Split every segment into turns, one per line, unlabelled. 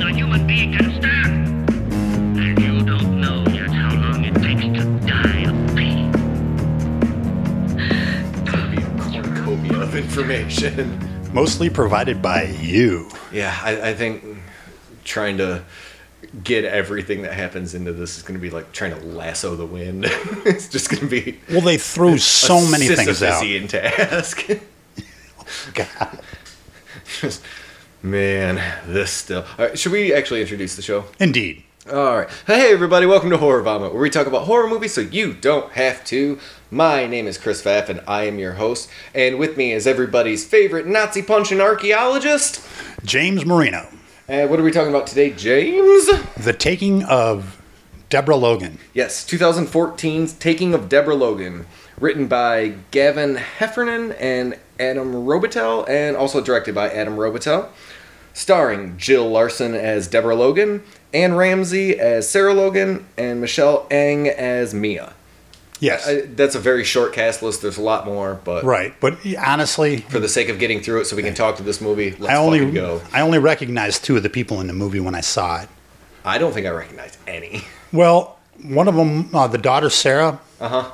we can start. And you don't know yet how long it takes to die of pain.
be a cornucopia of information.
Mostly provided by you.
yeah, I, I think trying to get everything that happens into this is going to be like trying to lasso the wind. it's just going to be
Well, they threw so
a
many things out.
Sisyphean task.
God.
Just- Man, this still. All right, should we actually introduce the show?
Indeed.
All right. Hey, everybody, welcome to Horror Vomit, where we talk about horror movies so you don't have to. My name is Chris Pfaff, and I am your host. And with me is everybody's favorite Nazi punching archaeologist.
James Marino,
And Uh, what are we talking about today, James?
the taking of Deborah Logan.
Yes, 2014's Taking of Deborah Logan, written by Gavin Heffernan and Adam Robitel, and also directed by Adam Robitel. Starring Jill Larson as Deborah Logan, Anne Ramsey as Sarah Logan, and Michelle Eng as Mia.
Yes.
I, that's a very short cast list. There's a lot more, but
right. But honestly,
for the sake of getting through it, so we can talk to this movie, let's
I only
fucking go.
I only recognized two of the people in the movie when I saw it.
I don't think I recognize any.
Well, one of them, uh, the daughter Sarah,
Uh-huh.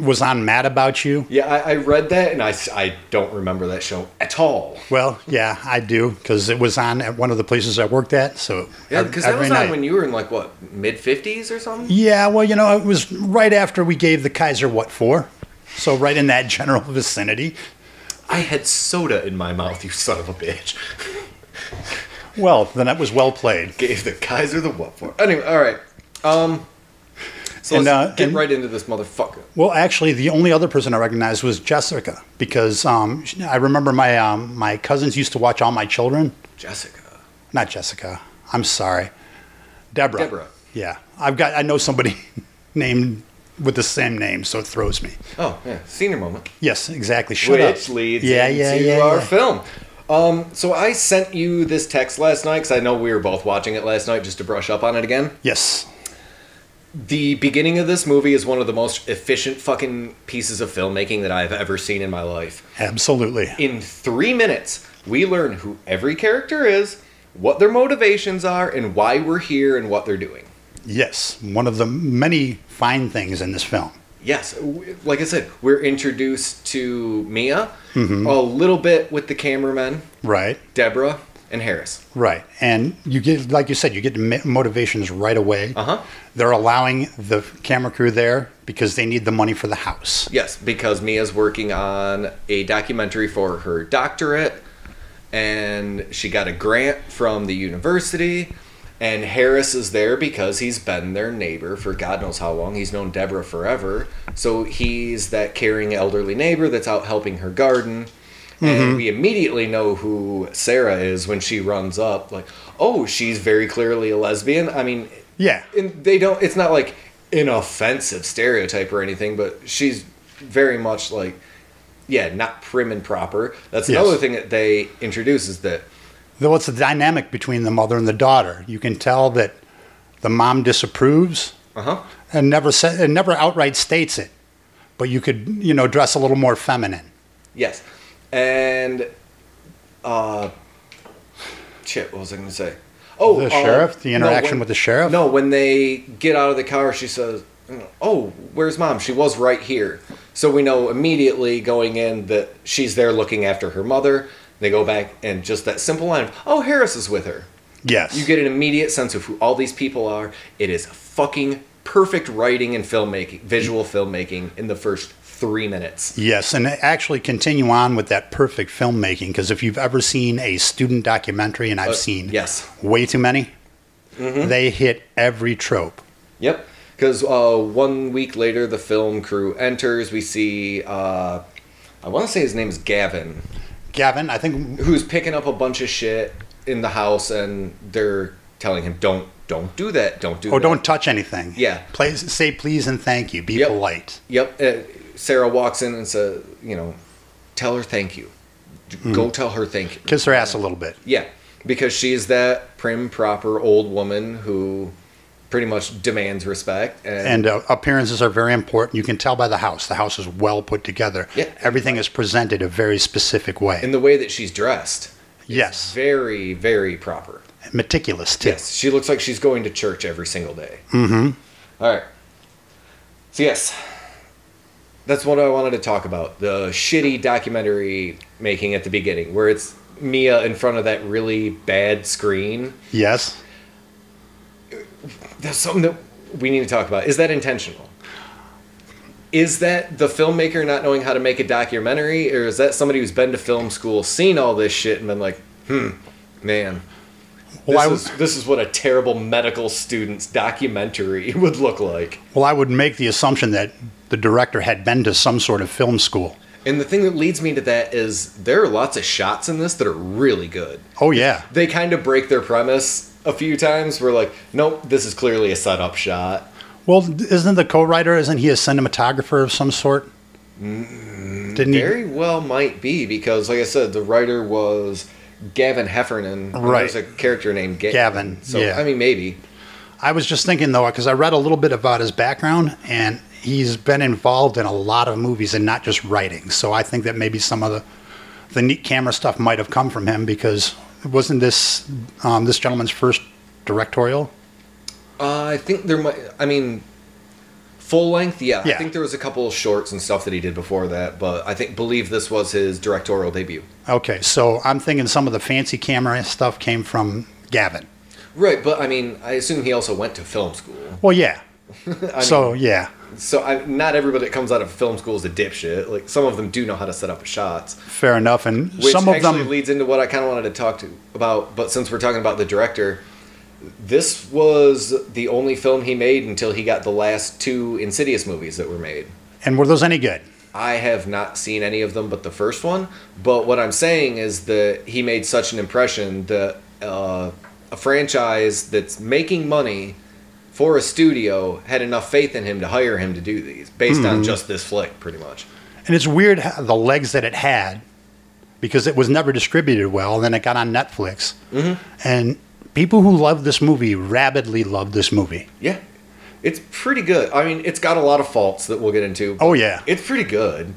was on Mad About You.
Yeah, I, I read that and I, s- I don't remember that show at all.
Well, yeah, I do because it was on at one of the places I worked at. So
Yeah,
ev-
because that was
every
on
night.
when you were in like what mid fifties or something.
Yeah, well, you know, it was right after we gave the Kaiser what for. So right in that general vicinity.
I had soda in my mouth, you son of a bitch.
Well, then that was well played.
Gave the Kaiser the what for? Anyway, all right. Um, so
And,
let's
uh,
get
and-
right into this motherfucker.
Well, actually, the only other person I recognized was Jessica because um, she- I remember my um, my cousins used to watch all my children.
Jessica,
Not Jessica. I'm sorry, Deborah.
Deborah.
Yeah, I've got. I know somebody named with the same name, so it throws me.
Oh yeah, senior moment.
Yes, exactly. Shut up.
Which leads into our film. Um, so I sent you this text last night because I know we were both watching it last night just to brush up on it again.
Yes.
The beginning of this movie is one of the most efficient fucking pieces of filmmaking that I've ever seen in my life.
Absolutely.
In three minutes, we learn who every character is, what their motivations are, and why we're here and what they're doing.
Yes. One of the many fine things in this film.
Yes, w- like I said, we're introduced to Mia, a little bit with the cameramen,
Right.
Deborah, and Harris.
Right. And you get, like you said, you get the mi- motivations right away.
Uh-huh.
They're allowing the camera crew there because they need the money for the house.
Yes, because Mia's working on a documentary for her doctorate, and she got a grant from the university. And Harris is there because he's been their neighbor for God knows how long. He's known Deborah forever. So he's that caring elderly neighbor that's out helping her garden. And we immediately know who Sarah is when she runs up. Like, oh, she's very clearly a lesbian. I mean,
Yeah.
and they don't it's not like an offensive stereotype or anything but she's very much like yeah not prim and proper that's
Yes.
another thing that they introduce is that
Though it's the dynamic between the mother and the daughter. You can tell that the mom disapproves
uh-huh
and never sa- and never outright states it. But you could, you know, dress a little more feminine.
yes and uh shit what was i gonna say oh
The
uh,
sheriff? The interaction
when-
with the sheriff?
no when they get out of the car she says oh where's mom she was right here so we know immediately going in that she's there looking after her mother they go back and just that simple line of oh harris is with her
Yes.
You get an immediate sense of who all these people are. It is fucking perfect writing and filmmaking, visual filmmaking in the first three minutes.
Yes, and actually continue on with that perfect filmmaking because if you've ever seen a student documentary, and I've seen
Uh, yes. Mm-hmm.
way too many, they hit every trope.
Yep. Because uh, one week later, the film crew enters. We see, uh, I want to say his name is Gavin,
Gavin, I think
who's picking up a bunch of shit in the house, and they're telling him, "Don't, don't do that. Don't do."
oh,
that.
don't touch anything.
Yeah.
please say please and thank you. Be
Yep.
polite.
Yep. Uh, Sarah walks in and says, "You know, tell her thank you.
Hmm.
Go tell her thank you."
Kiss her ass a little bit.
Yeah, because she's that prim, proper old woman who pretty much demands respect. And,
And uh, appearances are very important. You can tell by the house. The house is well put together.
Yeah.
Everything is presented a very specific way.
in the way that she's dressed,
yes.
very, very proper.
meticulous too.
Yes, she looks like she's going to church every single day.
hmm
All right. So yes, that's what I wanted to talk about. The shitty documentary making at the beginning, where it's Mia in front of that really bad screen.
Yes.
That's something that we need to talk about. Is that intentional? Is that the filmmaker not knowing how to make a documentary, or is that somebody who's been to film school, seen all this shit, and been like, hmm, man,
Well, I
this,
w-
is, this is what a terrible medical student's documentary would look like.
well, I would make the assumption that the director had been to some sort of film school.
And the thing that leads me to that is there are lots of shots in this that are really good.
Oh yeah.
They kind of break their premise a few times. We're like, nope, this is clearly a setup shot.
Well, isn't the co-writer? Isn't he a cinematographer of some sort? Didn't he?
Very well might be because, like I said, the writer was Gavin Heffernan. and
Right.
There's a character named Ga-
Gavin,
So
yeah.
I mean, maybe.
I was just thinking though, because I read a little bit about his background, and he's been involved in a lot of movies and not just writing. So I think that maybe some of the the neat camera stuff might have come from him because wasn't this um, this gentleman's first directorial?
Uh, I think there might. I mean, full length. Yeah. I
Yeah.
think there was a couple of shorts and stuff that he did before that, but I think believe this was his directorial debut.
Okay, so I'm thinking some of the fancy camera stuff came from Gavin.
Right, but I mean, I assume he also went to film school.
Well, yeah. so yeah,
So I, not everybody that comes out of film school is a dipshit. Like some of them do know how to set up shots,
fair enough. And
which
some
actually
of them,
leads into what I kind of wanted to talk to about. But since we're talking about the director, this was the only film he made until he got the last two Insidious movies that were made.
and were those any good?
I have not seen any of them but the first one. But what I'm saying is that he made such an impression that uh, a franchise that's making money for a studio had enough faith in him to hire him to do these based
Hmm.
on just this flick, pretty much.
And it's weird how the legs that it had because it was never distributed well. And then it got on Netflix. And people who love this movie rabidly love this movie.
Yeah. It's pretty good. I mean, it's got a lot of faults that we'll get into.
Oh, yeah.
It's pretty good.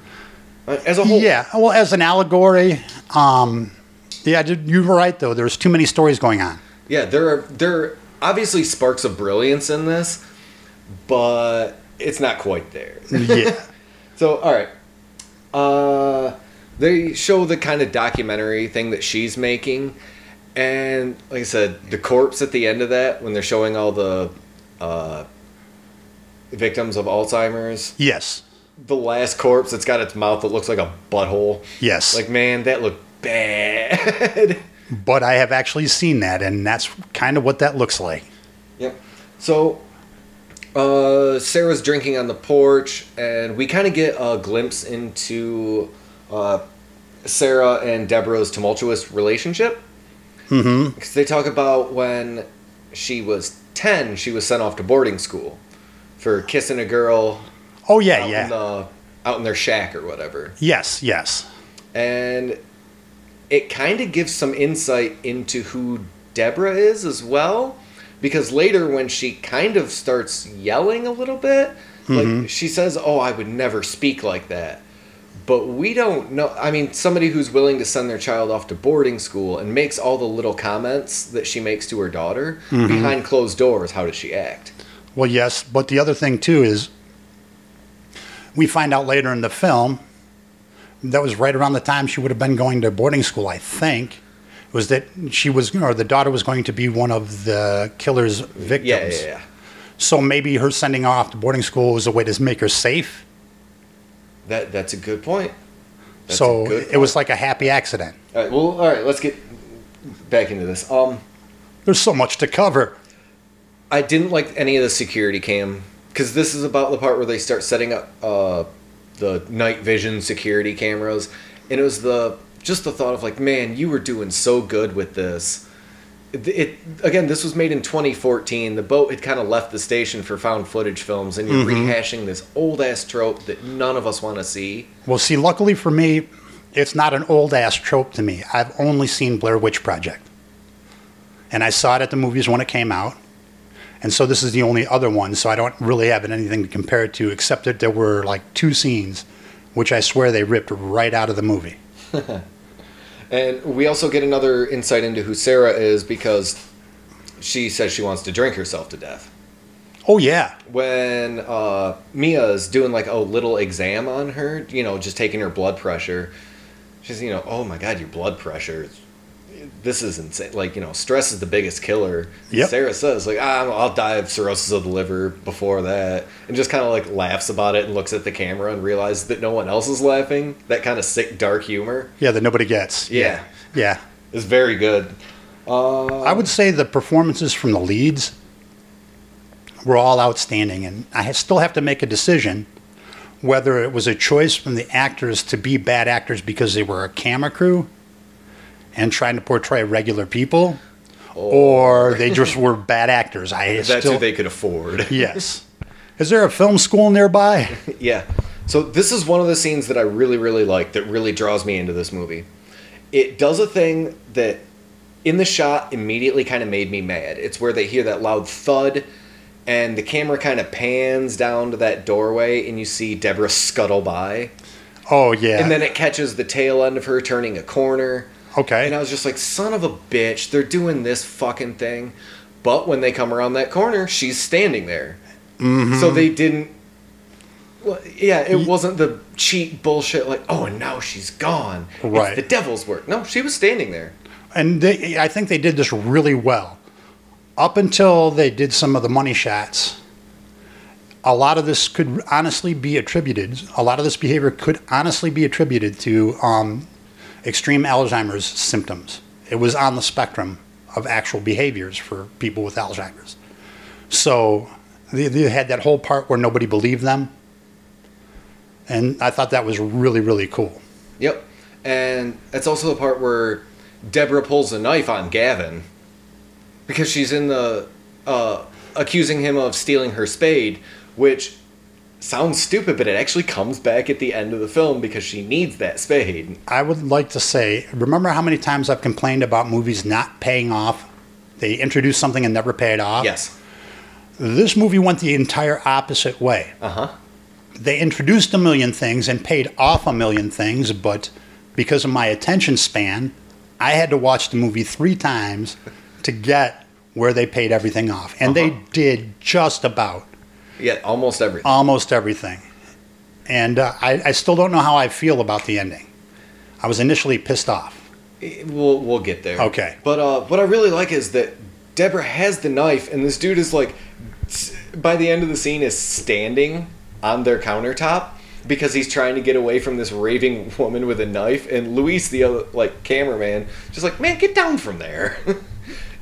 Uh, As a whole,
yeah. Well, as an allegory, um, yeah, dude, you were right, though. There's too many stories going on.
Yeah, there are there are obviously sparks of brilliance in this, but it's not quite there.
Yeah.
So, all right. Uh, they show the kind of documentary thing that she's making, and like I said, the corpse at the end of that when they're showing all the uh, victims of Alzheimer's,
yes.
the last corpse that's got its mouth that looks like a butthole.
Yes.
Like, man, that looked bad.
but I have actually seen that, and that's kind of what that looks like.
Yep. So uh, Sarah's drinking on the porch, and we kind of get a glimpse into uh, Sarah and Deborah's tumultuous relationship. Mm-hmm. Because they talk about when she was ten, she was sent off to boarding school for kissing a girl
Oh, yeah,
out,
yeah.
in the, out in their shack or whatever
Yes, yes.
and it kind of gives some insight into who Deborah is as well. Because later, when she kind of starts yelling a little bit,
Mm-hmm.
like she says, "Oh, I would never speak like that." But we don't know. I mean, somebody who's willing to send their child off to boarding school and makes all the little comments that she makes to her daughter
Mm-hmm.
behind closed doors. How does she act?
Well, yes, but the other thing too is we find out later in the film that was right around the time she would have been going to boarding school, I think, was that she was or the daughter was going to be one of the killer's victims.
Yeah, yeah, yeah.
So maybe her sending her off to boarding school was a way to make her safe.
That that's a good point. That's a
so
good
it was
point.
like a happy accident.
all right. Well, all right. Let's get back into this. Um.
There's so much to cover.
I didn't like any of the security cam because this is about the part where they start setting up uh, the night vision security cameras, and it was the just the thought of like, man, you were doing so good with this. It, it again, this was made in 2014. The boat had kind of left the station for found footage films, and you're rehashing this old ass trope that none of us want to see.
Well, see, luckily for me, it's not an old ass trope to me. I've only seen Blair Witch Project. And I saw it at the movies when it came out. And so this is the only other one, so I don't really have anything to compare it to, except that there were like two scenes, which I swear they ripped right out of the movie.
And we also get another insight into who Sarah is because she says she wants to drink herself to death.
Oh yeah,
When uh, Mia's doing like a little exam on her, you know, just taking her blood pressure, she's, you know, oh my God, your blood pressure. is- This is insane. Like, you know, stress is the biggest killer.
Yep.
Sarah says, like, ah, I'll die of cirrhosis of the liver before that. And just kind of like laughs about it and looks at the camera and realizes that no one else is laughing. That kind of sick, dark humor.
yeah, that nobody gets.
Yeah.
yeah.
It's very good.
I would say the performances from the leads were all outstanding, and I ha- still have to make a decision whether it was a choice from the actors to be bad actors because they were a camera crew and trying to portray regular people,
Oh.
or they just were bad actors. I
That's
still
who they could afford.
yes. Is there a film school nearby?
Yeah. So this is one of the scenes that I really, really like that really draws me into this movie. It does a thing that in the shot immediately kind of made me mad. It's where they hear that loud thud and the camera kind of pans down to that doorway and you see Deborah scuttle by.
Oh yeah.
And then it catches the tail end of her turning a corner.
okay.
And I was just like, son of a bitch, they're doing this fucking thing. But when they come around that corner, she's standing there.
Mm-hmm.
So they didn't. Well, yeah, it wasn't the cheap bullshit like, oh, and now she's gone. It's
Right.
the devil's work. No, she was standing there.
and they, I think they did this really well. Up until they did some of the money shots, a lot of this could honestly be attributed. A lot of this behavior could honestly be attributed to um, extreme Alzheimer's symptoms. It was on the spectrum of actual behaviors for people with Alzheimer's. So they, they had that whole part where nobody believed them, and I thought that was really really cool.
Yep. And that's also the part where Deborah pulls a knife on Gavin because she's in the uh, accusing him of stealing her spade, which sounds stupid, but it actually comes back at the end of the film because she needs that spade.
I would like to say, remember how many times I've complained about movies not paying off? They introduce something and never pay it off.
Yes.
This movie went the entire opposite way.
Uh huh.
They introduced a million things and paid off a million things, but because of my attention span, I had to watch the movie three times to get where they paid everything off. And
Uh-huh.
they did just about
Yeah, almost everything.
almost everything. And uh, I, I still don't know how I feel about the ending. I was initially pissed off.
We'll we'll get there.
Okay.
But uh, what I really like is that Deborah has the knife, and this dude is like, s- by the end of the scene, is standing on their countertop because he's trying to get away from this raving woman with a knife, and Luis, the other like cameraman, just like, man, get down from there.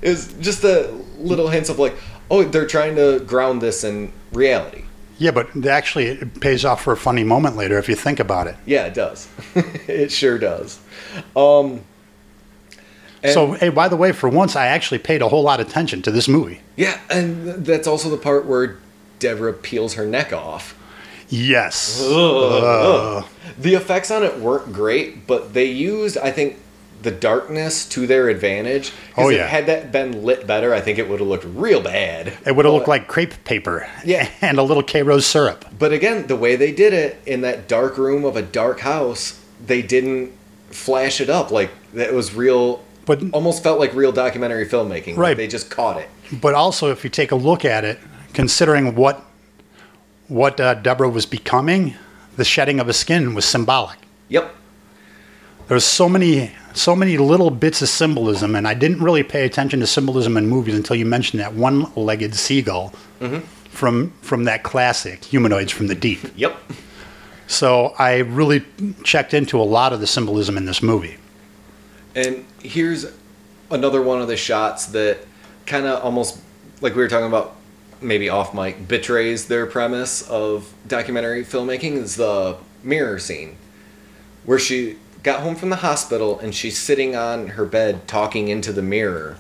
is just the little hints of like, oh, they're trying to ground this in reality.
Yeah, but it actually, it pays off for a funny moment later if you think about it.
Yeah, it does. it sure does. Um. and-
so, hey, by the way, for once, I actually paid a whole lot of attention to this movie.
Yeah, and th- that's also the part where Deborah peels her neck off.
Yes.
The effects on it weren't great, but they used, I think, the darkness to their advantage. 'Cause
Oh,
if-
yeah.
Had that been lit better, I think it would have looked real bad.
It would have
But-
looked like crepe paper.
Yeah.
And a little K Rose syrup.
But again, the way they did it in that dark room of a dark house, they didn't flash it up like that was real.
But-
almost felt like real documentary filmmaking. like
Right.
they just caught it.
But also, if you take a look at it, considering what, what uh, Deborah was becoming, the shedding of a skin was symbolic.
Yep.
There's so many, so many little bits of symbolism, and I didn't really pay attention to symbolism in movies until you mentioned that one-legged seagull from from that classic humanoids from the deep.
Yep.
So I really checked into a lot of the symbolism in this movie.
And here's another one of the shots that kind of almost, like we were talking about, maybe off mic, betrays their premise of documentary filmmaking is the mirror scene where she got home from the hospital and she's sitting on her bed talking into the mirror.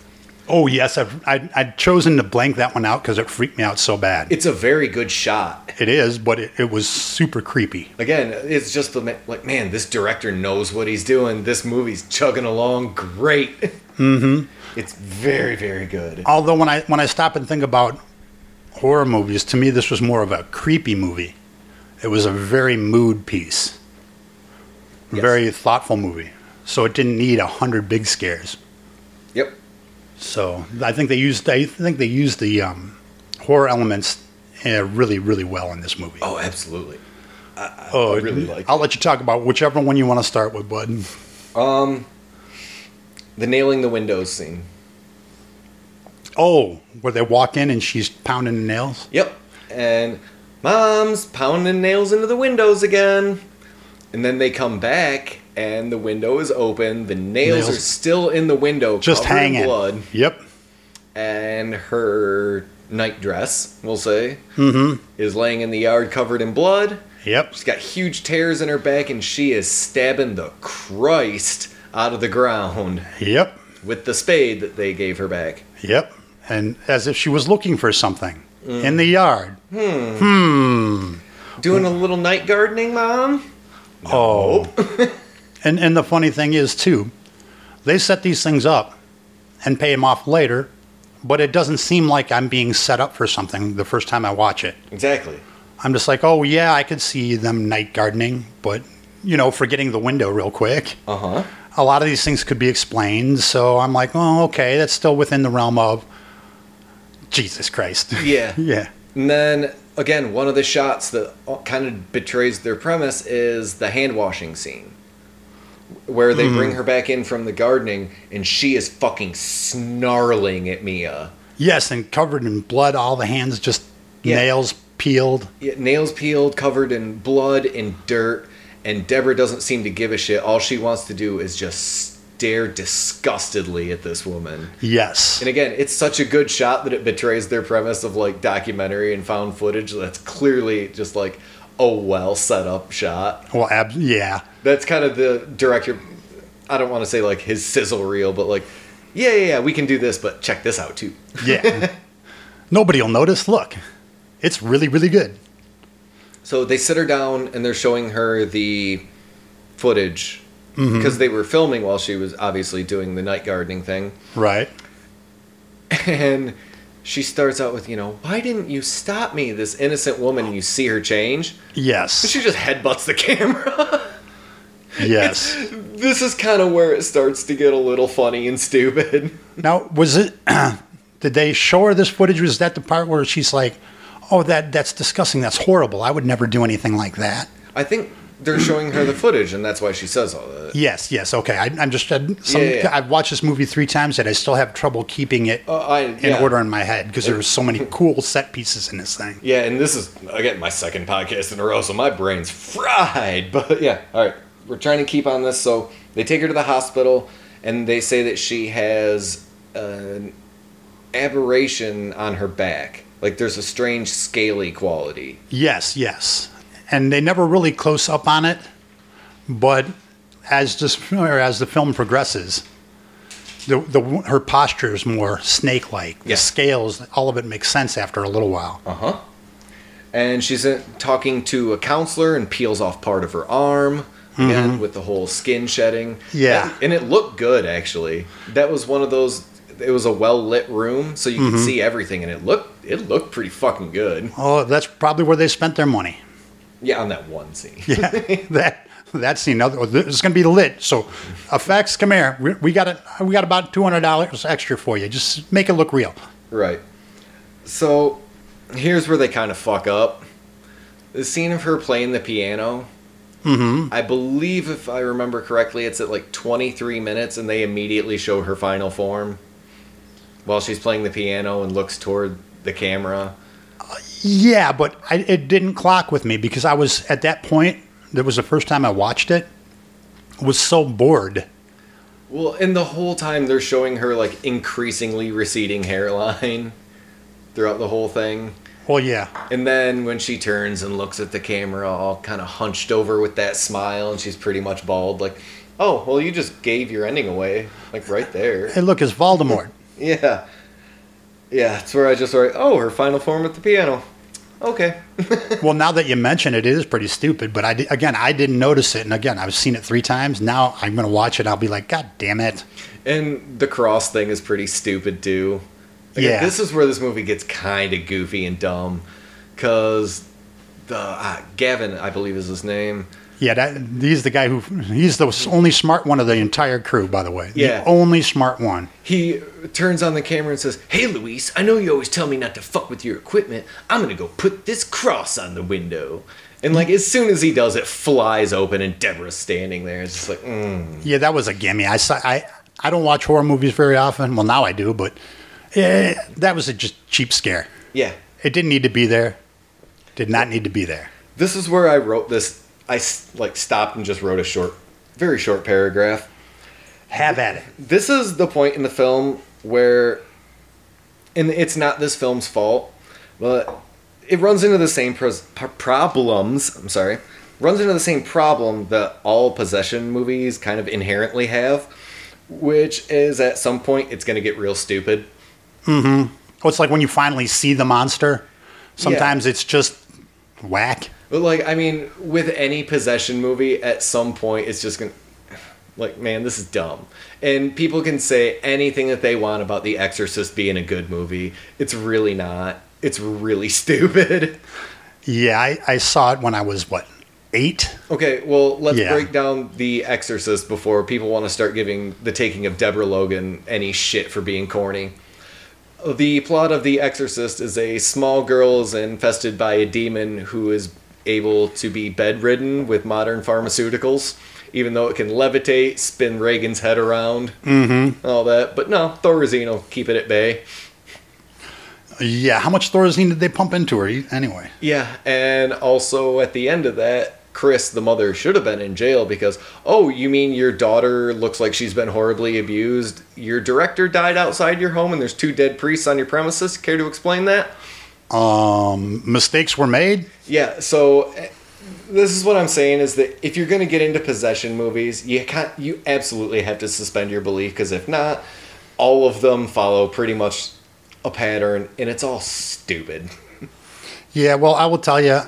Oh yes, I've I, I'd chosen to blank that one out because it freaked me out so bad.
It's a very good shot.
it is, but it, it was super creepy.
Again, it's just the ma- like, man, this director knows what he's doing. This movie's chugging along great. Mm-hmm. It's very, very good.
Although when I when I stop and think about horror movies, to me this was more of a creepy movie. It was a very mood piece,
Yes.
very thoughtful movie. So it didn't need a hundred big scares.
Yep.
So I think they used I think they used the um, horror elements uh, really really well in this movie.
Oh, absolutely.
Oh,
really like
I'll let you talk about whichever one you want to start with, bud.
The nailing the windows scene.
Oh, where they walk in and she's pounding the nails.
Yep. And mom's pounding nails into the windows again. And then they come back and the window is open. The nails,
Nails.
are still in the window,
Just
covered in
hanging.
blood.
Yep.
And her night dress, we'll say, is laying in the yard covered in blood.
Yep.
She's got huge tears in her back and she is stabbing the Christ out of the ground
Yep.
with the spade that they gave her back.
Yep. And as if she was looking for something in the yard.
Doing a little night gardening, mom?
Oh. and and the funny thing is too, they set these things up and pay them off later, but it doesn't seem like I'm being set up for something the first time I watch it.
Exactly.
I'm just like, oh yeah, I could see them night gardening, but you know, forgetting the window real quick.
Uh huh.
A lot of these things could be explained, so I'm like, oh okay, that's still within the realm of Jesus Christ.
Yeah.
yeah.
And then again, one of the shots that kind of betrays their premise is the hand washing scene, where they bring her back in from the gardening, and she is fucking snarling at Mia.
Yes, and covered in blood, all the hands just
Yeah.
nails peeled.
Yeah, Nails peeled, covered in blood and dirt, and Deborah doesn't seem to give a shit. All she wants to do is just stare disgustedly at this woman.
Yes.
And again, it's such a good shot that it betrays their premise of like documentary and found footage that's clearly just like a well set up shot.
Well, ab- yeah.
that's kind of the director i don't want to say like his sizzle reel but like yeah yeah yeah we can do this but check this out too
Yeah. Nobody will notice. Look, it's really, really good.
so they sit her down and they're showing her the footage because they were filming while she was obviously doing the night gardening thing
Right.
and she starts out with you know why didn't you stop me this innocent woman and you see her change
Yes.
she just headbutts the camera
Yes.
this is kind of where it starts to get a little funny and stupid
now, was it, did they show her this footage? Was that the part where she's like, oh, that, that's disgusting. That's horrible. I would never do anything like that.
i think they're showing her the footage and that's why she says all that
Yes. Yes. Okay. I, I'm just, I'm- some,
Yeah, yeah.
I've watched this movie three times and I still have trouble keeping it
Uh, I,
in
yeah.
order in my head because there were so many cool set pieces in this thing.
Yeah, and this is again my second podcast in a row, so my brain's fried. But yeah, all right, we're trying to keep on this. So they take her to the hospital, and they say that she has an aberration on her back. Like there's a strange scaly quality.
Yes, yes. And they never really close up on it, but as this or as the film progresses, the, the her posture is more snake-like. The
Yeah.
scales, all of it makes sense after a little while.
Uh huh. And she's in, talking to a counselor and peels off part of her arm. Again, with the whole skin shedding.
Yeah.
And, and it looked good, actually. That was one of those. It was a well lit room, so you could see everything, and it looked it looked pretty fucking good.
Oh, that's probably where they spent their money.
Yeah, on that one scene.
Yeah, that that's the another. It's going to be lit. So, effects, come here. We, we got it. We got about two hundred dollars extra for you. Just make it look real.
Right. So, here's where they kind of fuck up. The scene of her playing the piano. Mm-hmm. I believe, if I remember correctly, it's at like 23 minutes, and they immediately show her final form while she's playing the piano and looks toward the camera.
Yeah, but I, it didn't clock with me because I was at that point. That was the first time I watched it. Was so bored.
Well, and the whole time they're showing her like increasingly receding hairline throughout the whole thing.
Well, yeah,
And then when she turns and looks at the camera, all kind of hunched over with that smile, and she's pretty much bald, like, oh, well, you just gave your ending away, like right there.
hey, look, it's Voldemort.
Yeah. Yeah, that's where I just write, oh, her final form at the piano. Okay.
well, now that you mention it, it is pretty stupid. But I di- again, I didn't notice it, and again, I've seen it three times. Now I'm going to watch it. I'll be like, God damn it!
And the cross thing is pretty stupid, too. Again,
Yeah.
This is where this movie gets kind of goofy and dumb, because the uh, Gavin, I believe is his name,
Yeah, that, he's the guy who he's the only smart one of the entire crew, by the way.
Yeah.
the only smart one.
He turns on the camera and says, Hey, Luis, I know you always tell me not to fuck with your equipment. I'm going to go put this cross on the window. And, like, as soon as he does, it flies open and Deborah's standing there. It's just like, mm.
Yeah, that was a gimme. I saw. I I don't watch horror movies very often. Well, now I do, but eh, that was a just cheap scare.
yeah.
It didn't need to be there. Did not need to be there.
This is where I wrote this. I, s- like, stopped and just wrote a short, very short paragraph.
Have at it.
this is the point in the film where and it's not this film's fault but it runs into the same pros- p- problems i'm sorry runs into the same problem that all possession movies kind of inherently have which is at some point it's going to get real stupid
Oh, it's like when you finally see the monster. Sometimes it's just whack.
but like i mean with any possession movie at some point it's just going to like man this is dumb and people can say anything that they want about the exorcist being a good movie it's really not it's really stupid
Yeah, I, I saw it when I was what eight.
Okay, well, let's
Yeah.
break down The Exorcist before people want to start giving the taking of Deborah Logan any shit for being corny. The plot of The Exorcist is a small girl is infested by a demon who is able to be bedridden with modern pharmaceuticals, even though it can levitate, spin Reagan's head around, mm-hmm. all that. But no, Thorazine will keep it at bay.
Yeah, how much Thorazine did they pump into her anyway?
Yeah, and also at the end of that, Chris, the mother, should have been in jail because, oh, you mean your daughter looks like she's been horribly abused? Your director died outside your home and there's two dead priests on your premises? Care to explain that?
Um, mistakes were made.
Yeah, so eh, this is what I'm saying is that if you're going to get into possession movies, you can't, you absolutely have to suspend your belief because if not, all of them follow pretty much a pattern and it's all stupid.
Yeah, well, I will tell you,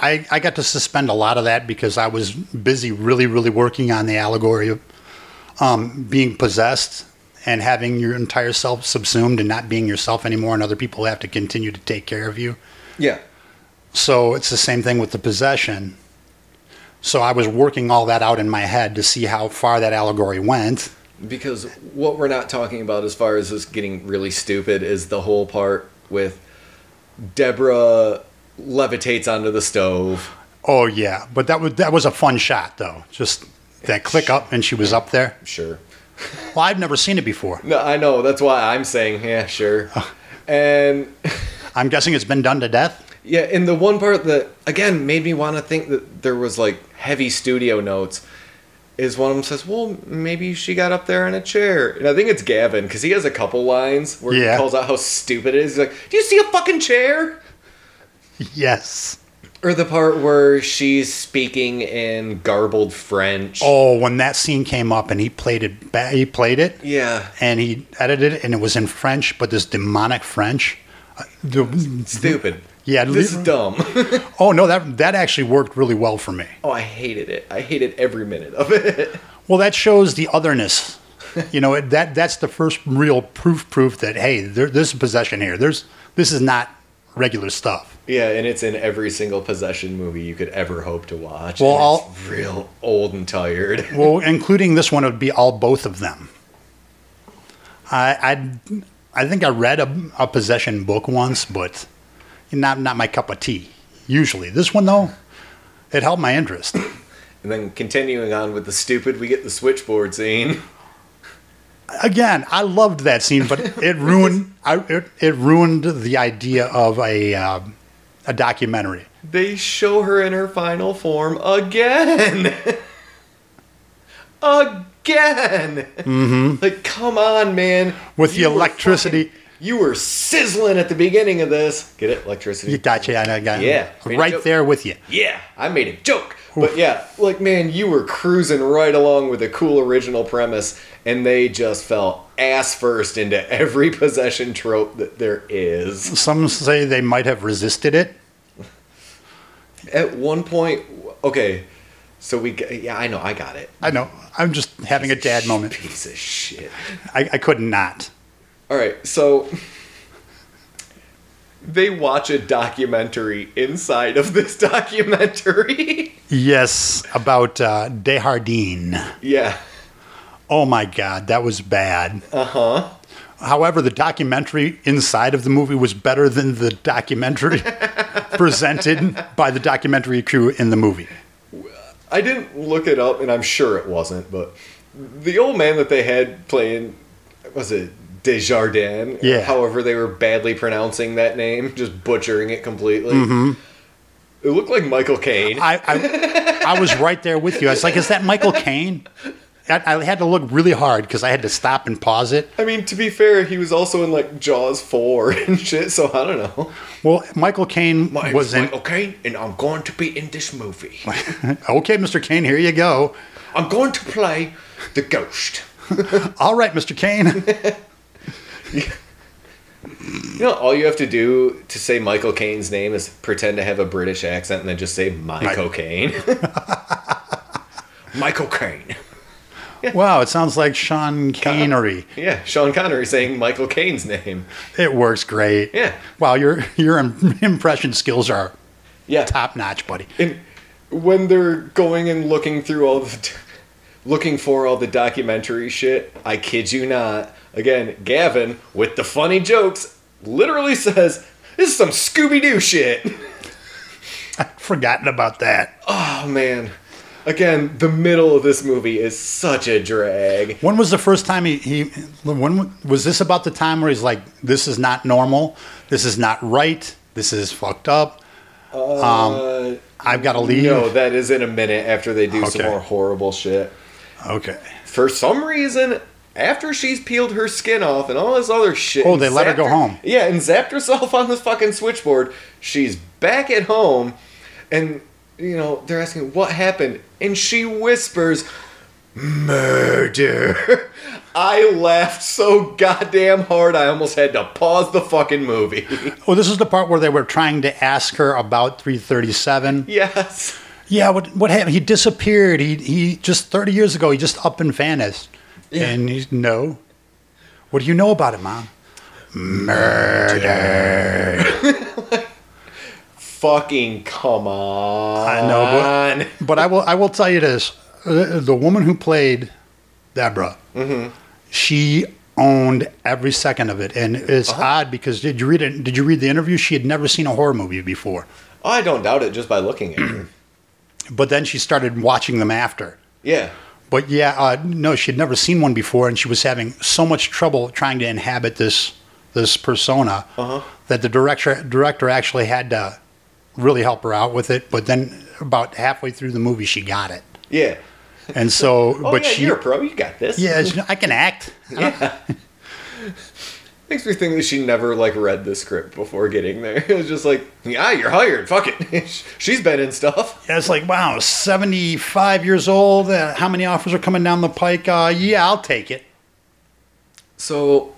I, I got to suspend a lot of that because I was busy really, really working on the allegory of um, being possessed and having your entire self subsumed and not being yourself anymore, and other people have to continue to take care of you.
Yeah.
So it's the same thing with the possession. So I was working all that out in my head to see how far that allegory went.
Because what we're not talking about as far as this getting really stupid is the whole part with Deborah levitates onto the stove.
Oh yeah, but that was that was a fun shot though. Just that click up and she was up there.
Sure.
Well, I've never seen it before.
No, I know, that's why I'm saying, yeah, sure. And
I'm guessing it's been done to death.
yeah, and the one part that again made me want to think that there was like heavy studio notes is one of them says, "Well, maybe she got up there in a chair." And I think it's Gavin because he has a couple lines where
Yeah.
he calls out how stupid it is. He's like, "Do you see a fucking chair?"
Yes.
Or the part where she's speaking in garbled French.
Oh, when that scene came up and he played it, ba- he played it,
Yeah.
and he edited it, and it was in French, but this demonic French. Uh, the-
Stupid.
Yeah,
This
leave-
is dumb.
oh no, that that actually worked really well for me.
oh, I hated it. I hated every minute of it.
Well, that shows the otherness. You know, it, that that's the first real proof proof that hey, there, there's a possession here. There's this is not regular stuff.
Yeah, and it's in every single possession movie you could ever hope to watch.
Well,
and
I'll-
it's real old and tired.
Well, including this one, it would be all both of them. I I, I think I read a, a possession book once, but not not my cup of tea. Usually, this one though, it held my interest.
And then continuing on with the stupid, we get the switchboard scene.
Again, I loved that scene, but it ruined I, it, it ruined the idea of a um a documentary.
They show her in her final form again. again. Mm-hmm. Like, come on, man.
With the
were
electricity-
fucking- you were sizzling at the beginning of this. Get it? Electricity.
You gotcha, and I got
Yeah, ready to go.
right there with you.
Yeah, I made a joke. But yeah, like man, you were cruising right along with a cool original premise, and they just fell ass first into every possession trope that there is.
Some say they might have resisted it.
At one point, okay, so we g- yeah, I know, I got it.
I know. I'm just having a dad moment.
Piece of shit.
I, I could not.
All right, so they watch a documentary inside of this documentary.
Yes, about uh, Dehardine.
yeah.
Oh my God, that was bad. Uh huh. However, the documentary inside of the movie was better than the documentary presented by the documentary crew in the movie.
I didn't look it up, and I'm sure it wasn't, but the old man that they had playing was it Desjardins?
Yeah.
However, they were badly pronouncing that name, just butchering it completely. It looked like Michael Caine.
Mm-hmm. I, I, I was right there with you. I was like, is that Michael Caine? I, I had to look really hard because I had to stop and pause it.
I mean, to be fair, he was also in like Jaws four and shit. So I don't know.
Well, Michael Caine was in.
Caine, and I'm going to be in this movie.
Okay, Mr. Caine, here you go.
I'm going to play the ghost.
All right, Mr. Caine.
You know, all you have to do to say Michael Caine's name is pretend to have a British accent and then just say Michael Caine. Michael Caine.
Wow, it sounds like Sean Connery.
Yeah, Sean Connery saying Michael Caine's name.
It works great.
Yeah.
Wow, your your im- impression skills are
Yeah.
top notch, buddy.
And when they're going and looking through all the, looking for all the documentary shit, I kid you not. Again, Gavin with the funny jokes literally says, "This is some Scooby Doo shit."
Forgotten about that.
Oh man. Again, the middle of this movie is such a drag.
When was the first time he, he when w- was this about the time where he's like, this is not normal, this is not right, this is fucked up. Um,
Uh,
I've got to leave.
No, that is in a minute after they do some
Okay.
more horrible shit.
Okay.
For some reason, after she's peeled her skin off and all this other shit.
Oh,
and
they let her
zapped
go home.
Yeah, and zapped herself on the fucking switchboard. She's back at home, and you know they're asking what happened, and she whispers. Murder. I laughed so goddamn hard I almost had to pause the fucking movie.
Oh, this is the part where they were trying to ask her about 337.
yes.
Yeah, what what happened? He disappeared. He he just 30 years ago, he just up and vanished.
Yeah.
And he's no. What do you know about it, mom?
Fucking come on.
I know, But I will I will tell you this: Uh, the woman who played Deborah, she owned every second of it, and it's odd because did you read it? Did you read the interview? She had never seen a horror movie before,
Oh, I don't doubt it just by looking at her.
but then she started watching them after.
yeah.
But yeah, uh, no, she had never seen one before, and she was having so much trouble trying to inhabit this this persona that the director director actually had to really help her out with it. But then about halfway through the movie, she got it,
Yeah.
and so
Oh,
but
yeah,
she
you're a pro. You got this.
Yeah, it's- I can act. I don't-
Makes me think that she never, like, read the script before getting there. It was just like, yeah, you're hired. Fuck it. She's been in stuff.
yeah, it's like, wow, 75 years old. Uh, how many offers are coming down the pike? Uh, yeah, I'll take it.
So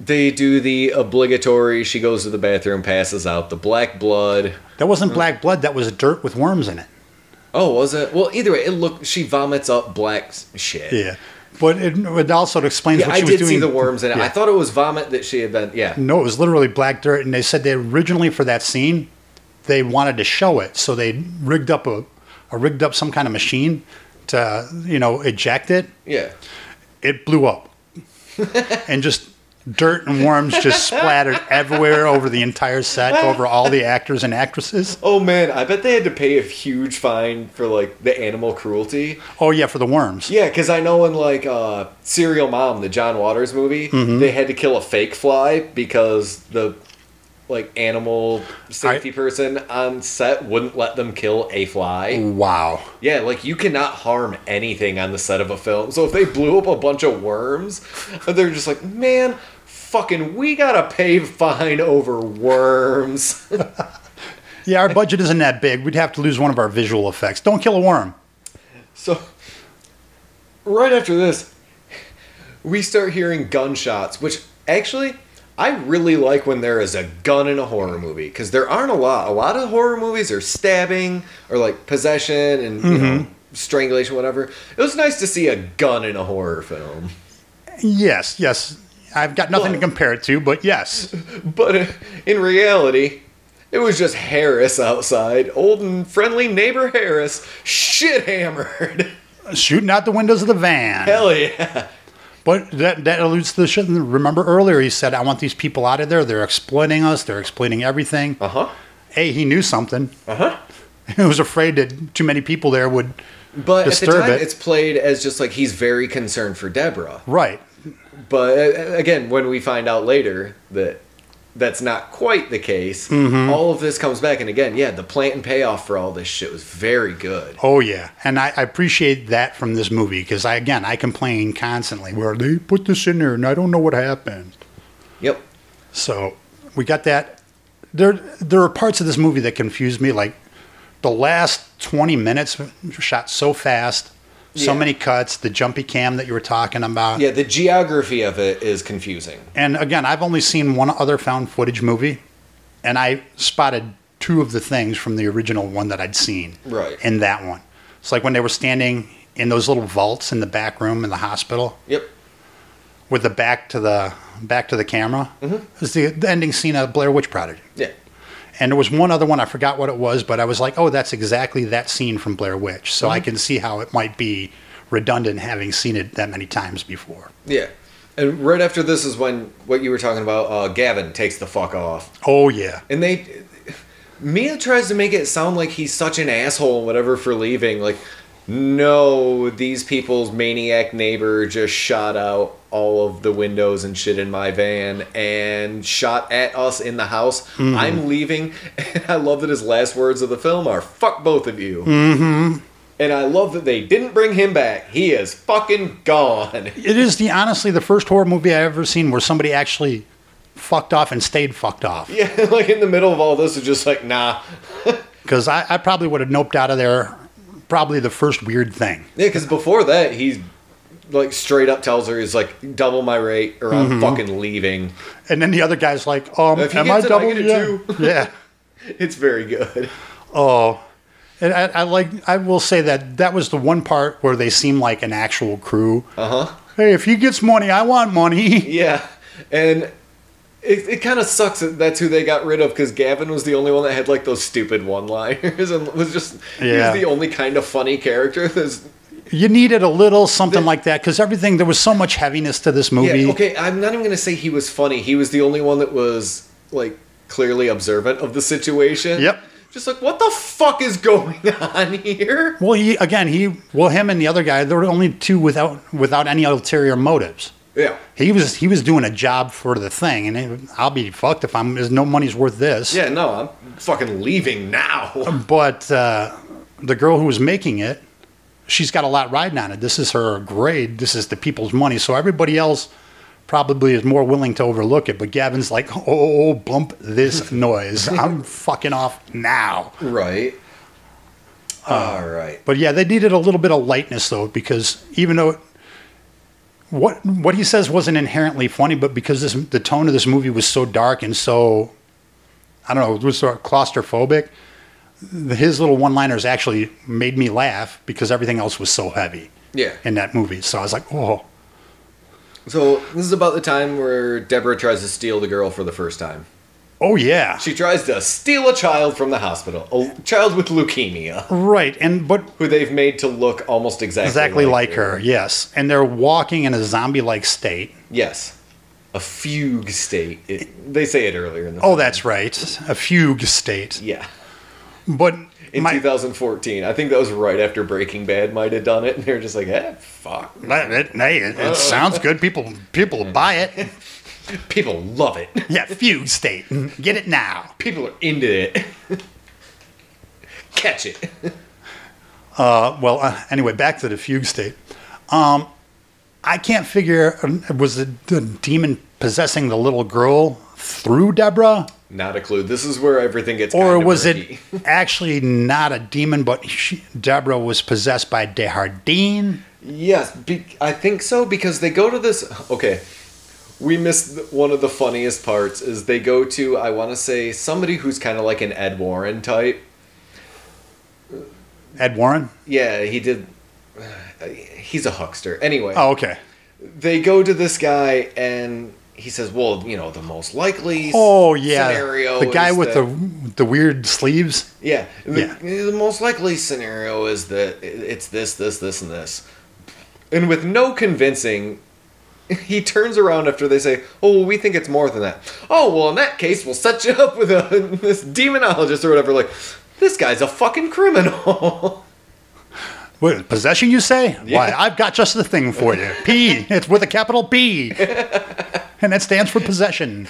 they do the obligatory she goes to the bathroom, passes out the black blood.
That wasn't black blood. That was dirt with worms in it.
Oh, was it? Well, either way, it looked, she vomits up black s- shit.
Yeah. But it, it also explains
Yeah,
what
I
she was
did
doing.
see the worms in it.
Yeah. Mm.
I thought it was vomit that she had been. Yeah.
No, it was literally black dirt. And they said they originally, for that scene, they wanted to show it. So they rigged up a, a rigged up some kind of machine to, you know, eject it.
Yeah.
it blew up and just dirt and worms just splattered everywhere over the entire set over all the actors and actresses
Oh man, I bet they had to pay a huge fine for like the animal cruelty.
oh yeah for the worms
Yeah, because I know in like uh, Serial Mom, the John Waters movie, they had to kill a fake fly because the like animal safety person on set wouldn't let them kill a fly.
wow
Yeah, like you cannot harm anything on the set of a film. So if they blew up a bunch of worms, they're just like, man, fucking, we gotta pay fine over worms.
yeah our budget isn't that big we'd have to lose one of our visual effects don't kill a worm
So, right after this, we start hearing gunshots, which actually, I really like when there is a gun in a horror movie because there aren't a lot. A lot of horror movies are stabbing or like possession and you know, strangulation, whatever. It was nice to see a gun in a horror film.
yes yes I've got nothing to compare it to, but yes.
But uh, in reality, it was just Harris outside, old and friendly neighbor Harris, shit hammered.
Shooting out the windows of the van.
Hell yeah.
But that, that alludes to the shit. Remember earlier, he said, I want these people out of there. They're exploiting us. They're exploiting everything.
Uh huh.
Hey, he knew something.
Uh huh.
He was afraid that too many people there would.
But at the
Disturb
time,
it.
it's played as just like he's very concerned for Deborah.
Right.
But uh, again, when we find out later that that's not quite the case,
Mm-hmm.
all of this comes back. And again, yeah, the plant and payoff for all this shit was very good.
Oh, yeah. And I, I appreciate that from this movie because, I again, I complain constantly where they put this in there and I don't know what happened.
Yep.
So we got that. There, there are parts of this movie that confuse me. Like the last 20 minutes shot so fast, so
Yeah.
many cuts, the jumpy cam that you were talking about.
Yeah, the geography of it is confusing.
And again, I've only seen one other found footage movie, and I spotted two of the things from the original one that I'd seen
Right.
in that one. It's like when they were standing in those little vaults in the back room in the hospital
Yep.
with the back to the back to the camera. It was the, the ending scene of Blair Witch Project.
Yeah.
And there was one other one I forgot what it was, but I was like, "Oh, that's exactly that scene from Blair Witch." So I can see how it might be redundant having seen it that many times before.
Yeah. And right after this is when what you were talking about, uh, Gavin takes the fuck off.
Oh yeah.
And they. Mia tries to make it sound like he's such an asshole and whatever for leaving. Like, no, these people's maniac neighbor just shot out all of the windows and shit in my van and shot at us in the house. I'm leaving. And I love that his last words of the film are fuck both of you. Mm hmm. And I love that they didn't bring him back. He is fucking gone.
It is the honestly the first horror movie I've ever seen where somebody actually fucked off and stayed fucked off.
Yeah, like in the middle of all this, it's just like, nah.
Because I, I probably would have noped out of there probably the first weird thing.
Yeah, because before that, he's like straight up tells her he's like, double my rate or I'm
Mm-hmm.
fucking leaving.
And then the other guy's like, um,
If he
am I
gets it, I
double?
get it
yeah.
too.
yeah.
It's very good.
Oh. And I, I like I will say that that was the one part where they seem like an actual crew.
Uh huh.
Hey, if he gets money, I want money.
Yeah, and it, it kind of sucks that that's who they got rid of because Gavin was the only one that had like those stupid one liners and was just
Yeah.
he was the only kind of funny character. That's,
You needed a little something
The-
like that because everything there was so much heaviness to this
yeah,
movie.
okay, I'm not even gonna say he was funny. He was the only one that was like clearly observant of the situation.
Yep.
Just like what the fuck is going on here?
Well, he again, he well, him and the other guy, they were the only two without without any ulterior motives.
Yeah.
He was he was doing a job for the thing, and it, I'll be fucked if I'm. There's no money's worth this.
Yeah, no, I'm fucking leaving now.
But uh, the girl who was making it, she's got a lot riding on it. This is her grade. This is the people's money. So everybody else probably is more willing to overlook it. But Gavin's like, oh, bump this noise. I'm fucking off now.
right. All right.
But yeah, they needed a little bit of lightness though, because even though it, what what he says wasn't inherently funny, but because this, the tone of this movie was so dark and so I don't know, it was sort of claustrophobic. th- His little one-liners actually made me laugh because everything else was so heavy
Yeah.
in that movie. So I was like, "Oh,
So this is about the time where Deborah tries to steal the girl for the first time.
oh yeah,
She tries to steal a child from the hospital, a child with leukemia,
right." And but
who they've made to look almost exactly
exactly like her, yes. And they're walking in a zombie-like state.
Yes, a fugue state. It, they say it earlier in the.
Oh,
film.
that's right, a fugue state.
yeah.
But
In
my,
2014, I think that was right after Breaking Bad might have done it, and they're just like, "Eh, fuck,
That- that- Hey, it, it sounds good. People, people buy it.
people love it."
Yeah, fugue state. Get it now.
People are into it. Catch it.
Uh, well, uh, anyway, back to the fugue state. Um, I can't figure. um, Was the, the demon possessing the little girl through Deborah,
Not a clue. This is where everything gets.
or
kinda
was
murky.
it actually not a demon, but she, Deborah was possessed by Dehardine?
Yes, be- I think so because they go to this. Okay, we missed th- one of the funniest parts. Is they go to I want to say somebody who's kind of like an Ed Warren type.
Ed Warren.
Yeah, he did. He's a huckster. Anyway,
Oh, okay.
they go to this guy and he says, "Well, you know, the most likely s-
Oh yeah,
scenario
the guy
is
with
that-
the the weird sleeves.
Yeah. The,
Yeah.
the most likely scenario is that it's this, this, this, and this. And with no convincing, he turns around after they say, Oh, well, we think it's more than that. Oh, well, in that case, we'll set you up with a, this demonologist or whatever. Like, this guy's a fucking criminal.
What, possession, you say? Why?
Yeah.
I've got just the thing for you. P. It's with a capital P, and that stands for possession.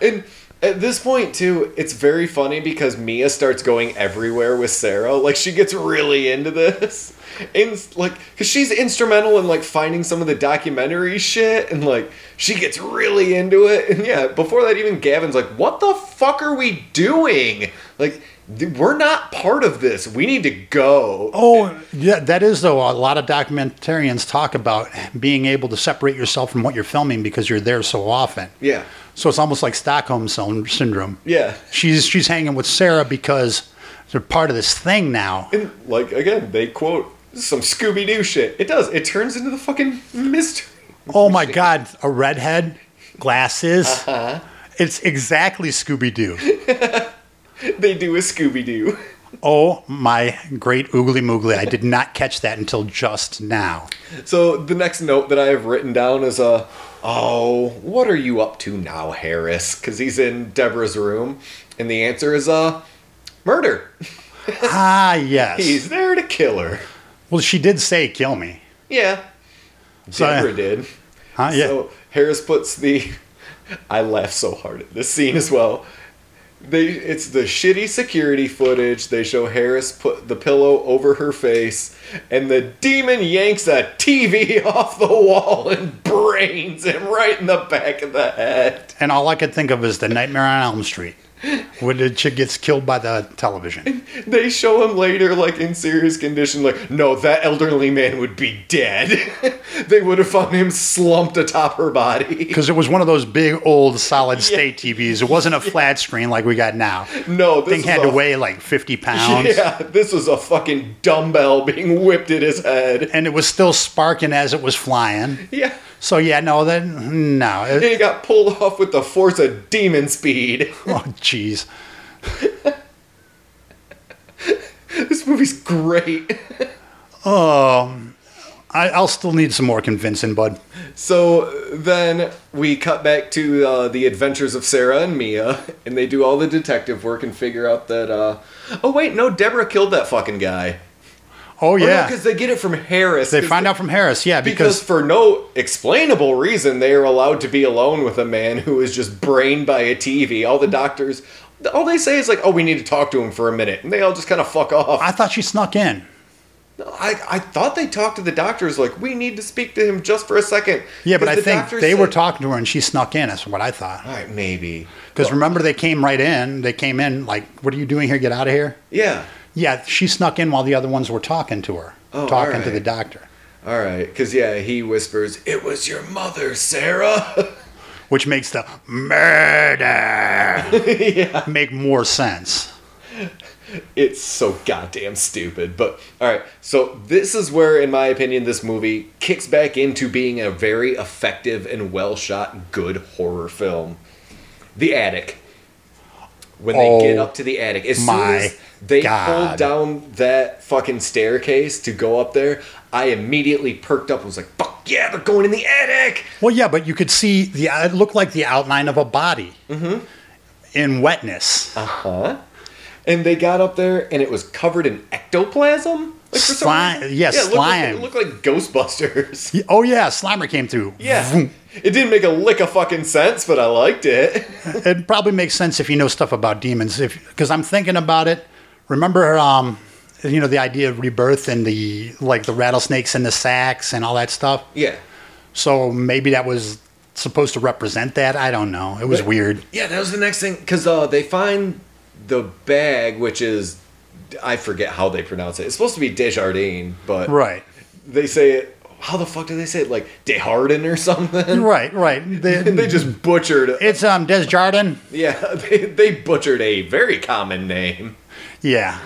and at this point, too, it's very funny because Mia starts going everywhere with Sarah. Like, she gets really into this. And, like, because she's instrumental in, like, finding some of the documentary shit. And, like, she gets really into it. And, yeah, before that, even Gavin's like, what the fuck are we doing? Like, th- we're not part of this. We need to go.
Oh yeah, that is though. A lot of documentarians talk about being able to separate yourself from what you're filming because you're there so often.
Yeah.
So it's almost like Stockholm syn- syndrome.
Yeah.
She's she's hanging with Sarah because they're part of this thing now.
And, like, again, they quote some Scooby Doo shit. It does. It turns into the fucking mystery.
Oh my God, a redhead, glasses.
Uh-huh.
It's exactly Scooby Doo.
They do a Scooby Doo.
Oh my great oogly moogly. I did not catch that until just now.
So the next note that I have written down is uh, oh, what are you up to now, Harris? Because he's in Deborah's room, and the answer is uh, murder.
Ah, yes.
He's there to kill her.
Well, she did say kill me.
Yeah,
So,
Deborah did.
Huh? Ah, Yeah.
So Harris puts the. I laugh so hard at this scene as well. They it's the shitty security footage. They show Harris put the pillow over her face, and the demon yanks a TV off the wall and brains him right in the back of the head.
and all I could think of is the Nightmare on Elm Street, where the chick gets killed by the television.
They show him later, like in serious condition, like no, that elderly man would be dead. they would have found him slumped atop her body.
Because it was one of those big old solid state TVs. It wasn't a flat screen like we got now.
No, this
thing
is
had
a-
to weigh like 50 pounds.
Yeah, this was a fucking dumbbell being whipped at his head.
And it was still sparking as it was flying.
Yeah.
So, yeah, no, then, no.
And
It-
he got pulled off with the force of demon speed.
oh, jeez.
This movie's great.
I- I'll still need some more convincing, bud.
So then we cut back to uh, the adventures of Sarah and Mia, and they do all the detective work and figure out that, uh, oh wait, no, Deborah killed that fucking guy.
Oh,
Or no,
yeah.
because they get it from Harris.
they find out from Harris, yeah,
Because
because,
for no explainable reason, they are allowed to be alone with a man who is just brained by a TV. All the doctors, all they say is like, "Oh, we need to talk to him for a minute," and they all just kind of fuck off.
I thought she snuck in.
I, I thought they talked to the doctors like, "We need to speak to him just for a second.
Yeah, but
'Cause
I
the
think
doctors
they were
said-
talking to her and she snuck in. That's what I thought.
All right, maybe.
Because remember, they came right in. They came in like, "What are you doing here? Get out of here!"
Yeah.
Yeah, she snuck in while the other ones were talking to her,
Oh,
talking to
alright.
the doctor,
All right, because yeah, he whispers, "It was your mother, Sarah."
which makes the murder
yeah.
make more sense.
It's so goddamn stupid. But all right, so this is where, in my opinion, this movie kicks back into being a very effective and well shot, good horror film. The attic. When they
Oh,
get up to the attic, as soon
my
as they pulled
God.
down that fucking staircase to go up there, I immediately perked up and was like, "Fuck yeah, they're going in the attic!"
Well, yeah, but you could see the uh, it looked like the outline of a body
Mm-hmm.
in wetness,
Huh? And they got up there, and it was covered in ectoplasm. Like for some
Slime-
reason-
yeah,
it looked like-
slime.
it looked like Ghostbusters.
Y- Oh yeah, Slimer came through.
Yeah, it didn't make a lick of fucking sense, but I liked it.
it probably makes sense if you know stuff about demons. If because I'm thinking about it. Remember, um, you know, the idea of rebirth and the like the rattlesnakes and the sacks and all that stuff.
Yeah,
So maybe that was supposed to represent that. I don't know. It was
But-
weird.
yeah, that was the next thing because uh, they find the bag, which is I forget how they pronounce it. It's supposed to be Desjardins, but
Right.
they say it. How the fuck do they say it? Like Desjardins or something?
Right. Right.
they
They,
just butchered.
it's um Desjardins.
yeah, they, they butchered a very common name.
Yeah.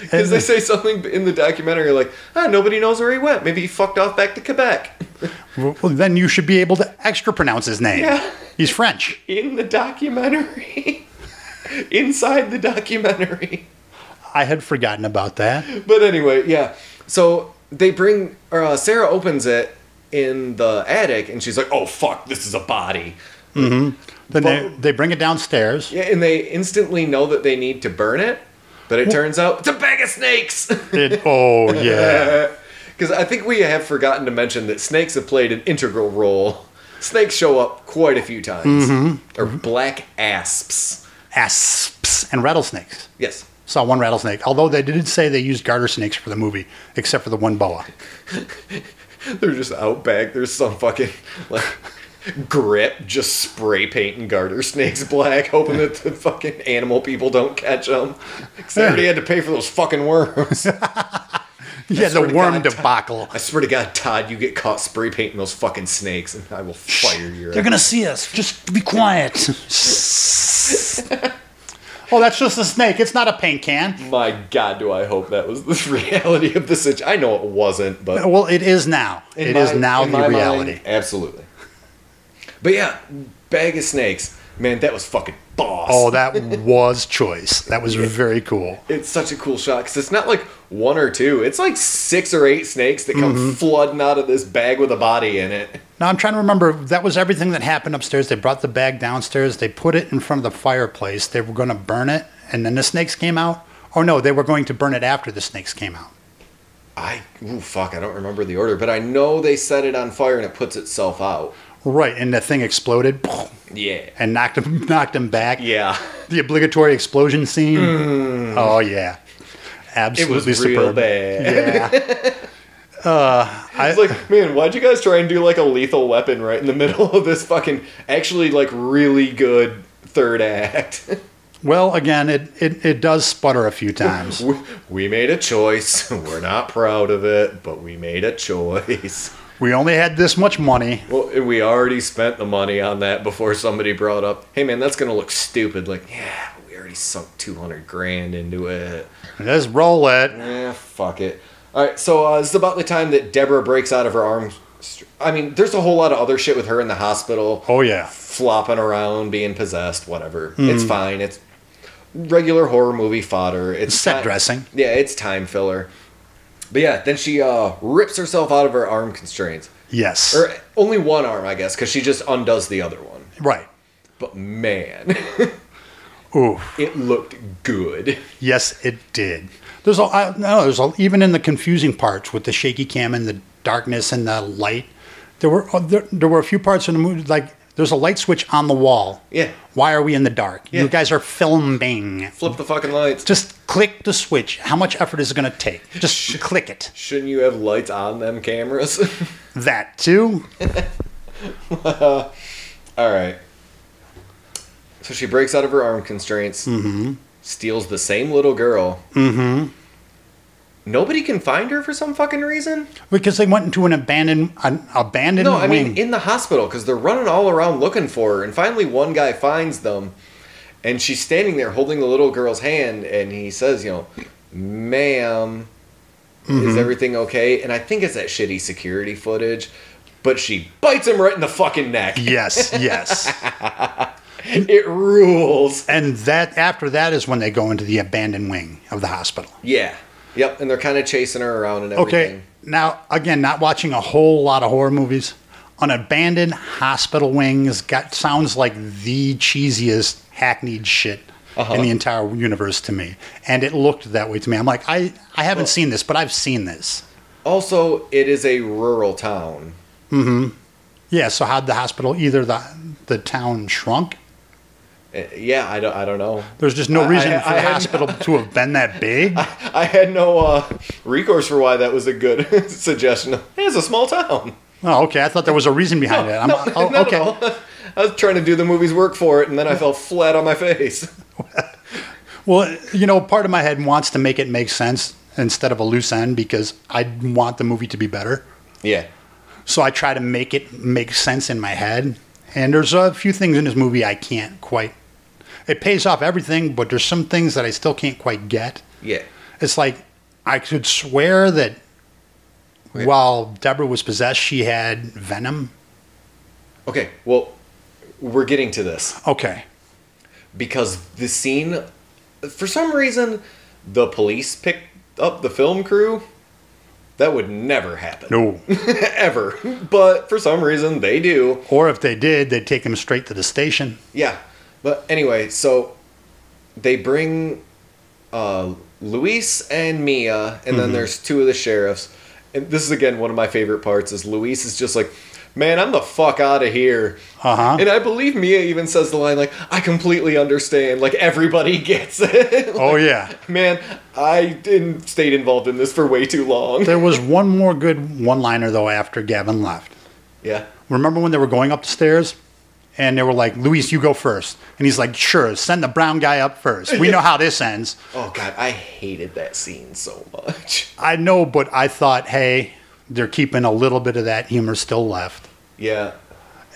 Because they say something in the documentary like, ah, nobody knows where he went. Maybe he fucked off back to Quebec.
Well, then you should be able to extra pronounce his name.
Yeah.
He's French.
In the documentary. Inside the documentary.
I had forgotten about that.
But anyway, yeah. So they bring or, uh, Sarah opens it in the attic, and she's like, "Oh fuck, this is a body."
Then they,
But-
they bring it downstairs.
Yeah, and they instantly know that they need to burn it, but it turns out it's a bag of snakes.
It- oh, yeah.
Because I think we have forgotten to mention that snakes have played an integral role. Snakes show up quite a few times.
Mm-hmm.
Or black asps.
Asps and rattlesnakes.
Yes.
Saw one rattlesnake, although they did say they used garter snakes for the movie, except for the one boa.
They're just out back. There's some fucking like grip just spray painting garter snakes black, hoping that the fucking animal people don't catch them. Because they already had to pay for those fucking worms.
Yeah, the
swear to God.
worm debacle.
I swear to God, Todd, you get caught spray painting those fucking snakes, and I will fire your.
They're
ass.
gonna see us. Just be quiet. oh, that's just a snake. It's not a paint can.
My God, do I hope that was the reality of the situation. I know it wasn't, but
Well, it is now. It
It
is
is
now the reality.
absolutely. But yeah, bag of snakes, man, that was fucking boss.
Oh, that was choice. That was very cool.
it's such a cool shot because it's not like one or two; it's like six or eight snakes that come
Mm-hmm.
flooding out of this bag with a body in it.
Now I'm trying to remember. That was everything that happened upstairs. They brought the bag downstairs. They put it in front of the fireplace. They were going to burn it, and then the snakes came out. Oh no, they were going to burn it after the snakes came out.
I ooh, fuck, I don't remember the order, but I know they set it on fire and it puts itself out.
Right, and the thing exploded
Yeah,
and knocked him knocked him back.
yeah, Mm.
The obligatory explosion scene. Oh yeah,
it
absolutely
was real
superb.
bad.
Yeah, Uh,
It's like, man, why'd you guys try and do like a lethal weapon right in the middle of this fucking actually like really good third act?
well, again, it, it, it does sputter a few times.
we, we made a choice. We're not proud of it, but we made a choice.
We only had this much money.
Well, and we already spent the money on that before somebody brought up, hey man, that's gonna look stupid. Like, yeah, we already sunk 200 grand into it.
Let's roll it.
Eh, fuck it. All right, so uh, this is about the time that Deborah breaks out of her arms. I mean, there's a whole lot of other shit with her in the hospital.
Oh yeah.
flopping around, being possessed, whatever. It's
Hmm.
fine. It's regular horror movie fodder. It's
Set
ti-
dressing.
Yeah, it's time filler. But yeah, then she uh, rips herself out of her arm constraints,
Yes.
or only one arm, I guess, because she just undoes the other one.
Right.
But man,
Ooh.
it looked good.
Yes, it did. There's a I, no. There's a, even in the confusing parts with the shaky cam and the darkness and the light. There were oh, there, there were a few parts in the movie like there's a light switch on the wall.
Yeah.
Why are we in the dark? You
Yeah.
guys are filming.
Flip the fucking lights.
Just click the switch. How much effort is it going to take? Just click it.
Shouldn't you have lights on them cameras?
That too.
All right. So she breaks out of her arm constraints, steals the same little girl. Mm-hmm. Nobody can find her for some fucking reason.
Because they went into an abandoned an abandoned
No, I
wing.
mean in the hospital because they're running all around looking for her, and finally one guy finds them, and she's standing there holding the little girl's hand, and he says, "You know, madam is everything okay?" And I think it's that shitty security footage, but she bites him right in the fucking neck.
yes, yes.
It rules.
and that after that is when they go into the abandoned wing of the hospital.
Yeah. Yep. And they're kind of chasing her around and everything.
Okay. Now, again, not watching a whole lot of horror movies. An abandoned hospital wings got sounds like the cheesiest hackneyed shit
Uh-huh.
in the entire universe to me, and it looked that way to me. I'm like, I I haven't seen this, but I've seen this.
Also, it is a rural town.
Yeah. So how'd the hospital either the the town shrunk?
Uh, Yeah, I don't, I don't know.
There's just no
I-
reason
I-
for
I
the
had-
hospital to have been that big.
I had no uh, recourse for why that was a good suggestion. It's a small town.
Oh, okay. I thought there was a reason behind it. I'm, oh,
Not at
okay.
all. I was trying to do the movie's work for it, and then I fell flat on my face.
Well, you know, part of my head wants to make it make sense instead of a loose end because I want the movie to be better.
Yeah.
So I try to make it make sense in my head. And there's a few things in this movie I can't quite. It pays off everything, but there's some things that I still can't quite get.
Yeah.
It's like I could swear that
Wait.
while Deborah was possessed, she had venom.
Okay, well, we're getting to this
Okay.
because the scene, for some reason, the police picked up the film crew. That would never happen.
No.
Ever. But for some reason, they do.
or if they did, they'd take him straight to the station.
Yeah. But anyway, so they bring uh, Luis and Mia, and
Mm-hmm.
then there's two of the sheriffs. And this is again one of my favorite parts is Luis is just like, Man, I'm the fuck out of here.
Uh-huh.
And I believe Mia even says the line like, I completely understand. Like everybody gets it.
Oh yeah.
Man, I didn't stayed involved in this for way too long.
There was one more good one-liner though after Gavin left.
Yeah.
Remember when they were going up the stairs? And they were like, Luis, you go first. And he's like, sure, send the brown guy up first. We know how this ends.
Oh god, I hated that scene so much.
I know, but I thought, hey, they're keeping a little bit of that humor still left.
Yeah.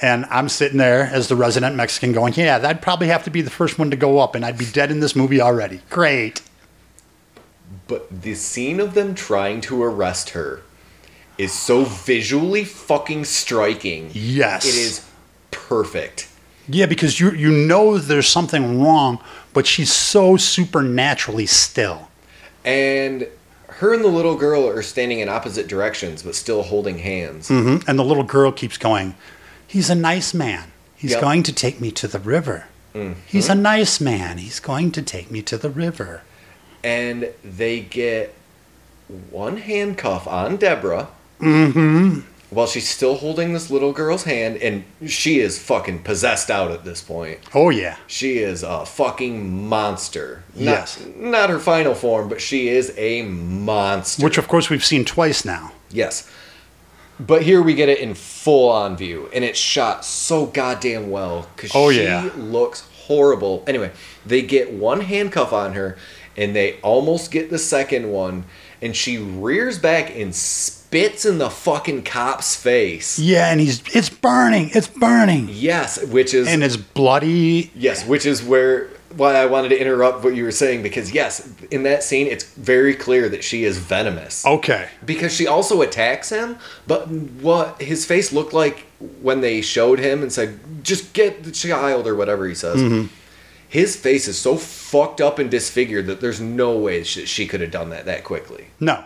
And I'm sitting there as the resident Mexican going, yeah, that'd probably have to be the first one to go up, and I'd be dead in this movie already. Great.
But the scene of them trying to arrest her is so visually fucking striking.
Yes.
It is perfect.
Yeah, because you, you know there's something wrong, but she's so supernaturally still.
And her and the little girl are standing in opposite directions but still holding hands.
hmm And the little girl keeps going, He's a nice man. He's
Yep.
going to take me to the river. He's a nice man. He's going to take me to the river.
And they get one handcuff on Deborah.
Mm-hmm.
While she's still holding this little girl's hand, and she is fucking possessed out at this point.
Oh, yeah.
She is a fucking monster. Not,
Yes.
Not her final form, but she is a monster.
Which, of course, we've seen twice now.
Yes. But here we get it in full on view, and it's shot so goddamn well because
Oh,
she
yeah.
looks horrible. Anyway, they get one handcuff on her, and they almost get the second one, and she rears back and spits in the fucking cop's face.
Yeah, and he's, it's burning. It's burning.
Yes, which is
And it's bloody.
Yes, which is where why I wanted to interrupt what you were saying because yes, in that scene it's very clear that she is venomous.
Okay.
Because she also attacks him, but what his face looked like when they showed him and said, "Just get the child" or whatever he says.
Mm-hmm.
His face is so fucked up and disfigured that there's no way she, she could have done that that quickly.
No.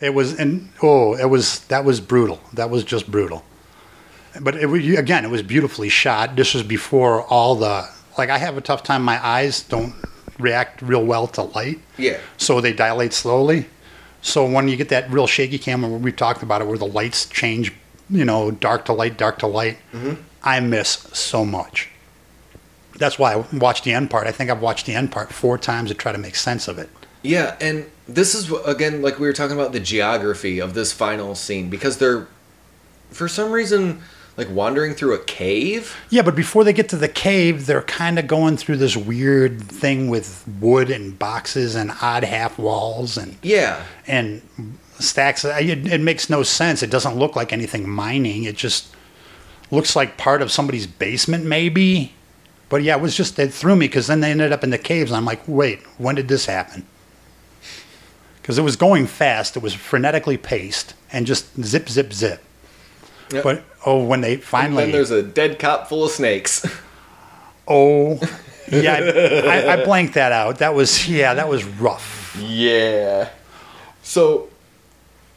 It was, and oh, it was, that was brutal. That was just brutal. But it, was- again, it was beautifully shot. This was before all the, like, I have a tough time. My eyes don't react real well to light.
Yeah.
So they dilate slowly. So when you get that real shaky camera, we've talked about it, where the lights change, you know, dark to light, dark to light, I miss so much. That's why I watched the end part. I think I've watched the end part four times to try to make sense of it.
Yeah, and this is wh- again like we were talking about the geography of this final scene because they're for some reason like wandering through a cave.
Yeah, but before they get to the cave, they're kind of going through this weird thing with wood and boxes and odd half walls and
Yeah.
and stacks. It, it makes no sense. It doesn't look like anything mining. It just looks like part of somebody's basement, maybe. But yeah, it was just it threw me because then they ended up in the caves. I'm like, wait, when did this happen? Because it was going fast. It was frenetically paced and just zip, zip, zip.
Yep.
But oh, when they
and
finally
then there's a dead cop full of snakes.
oh yeah, I, I, I blanked that out. That was yeah, that was rough.
yeah. So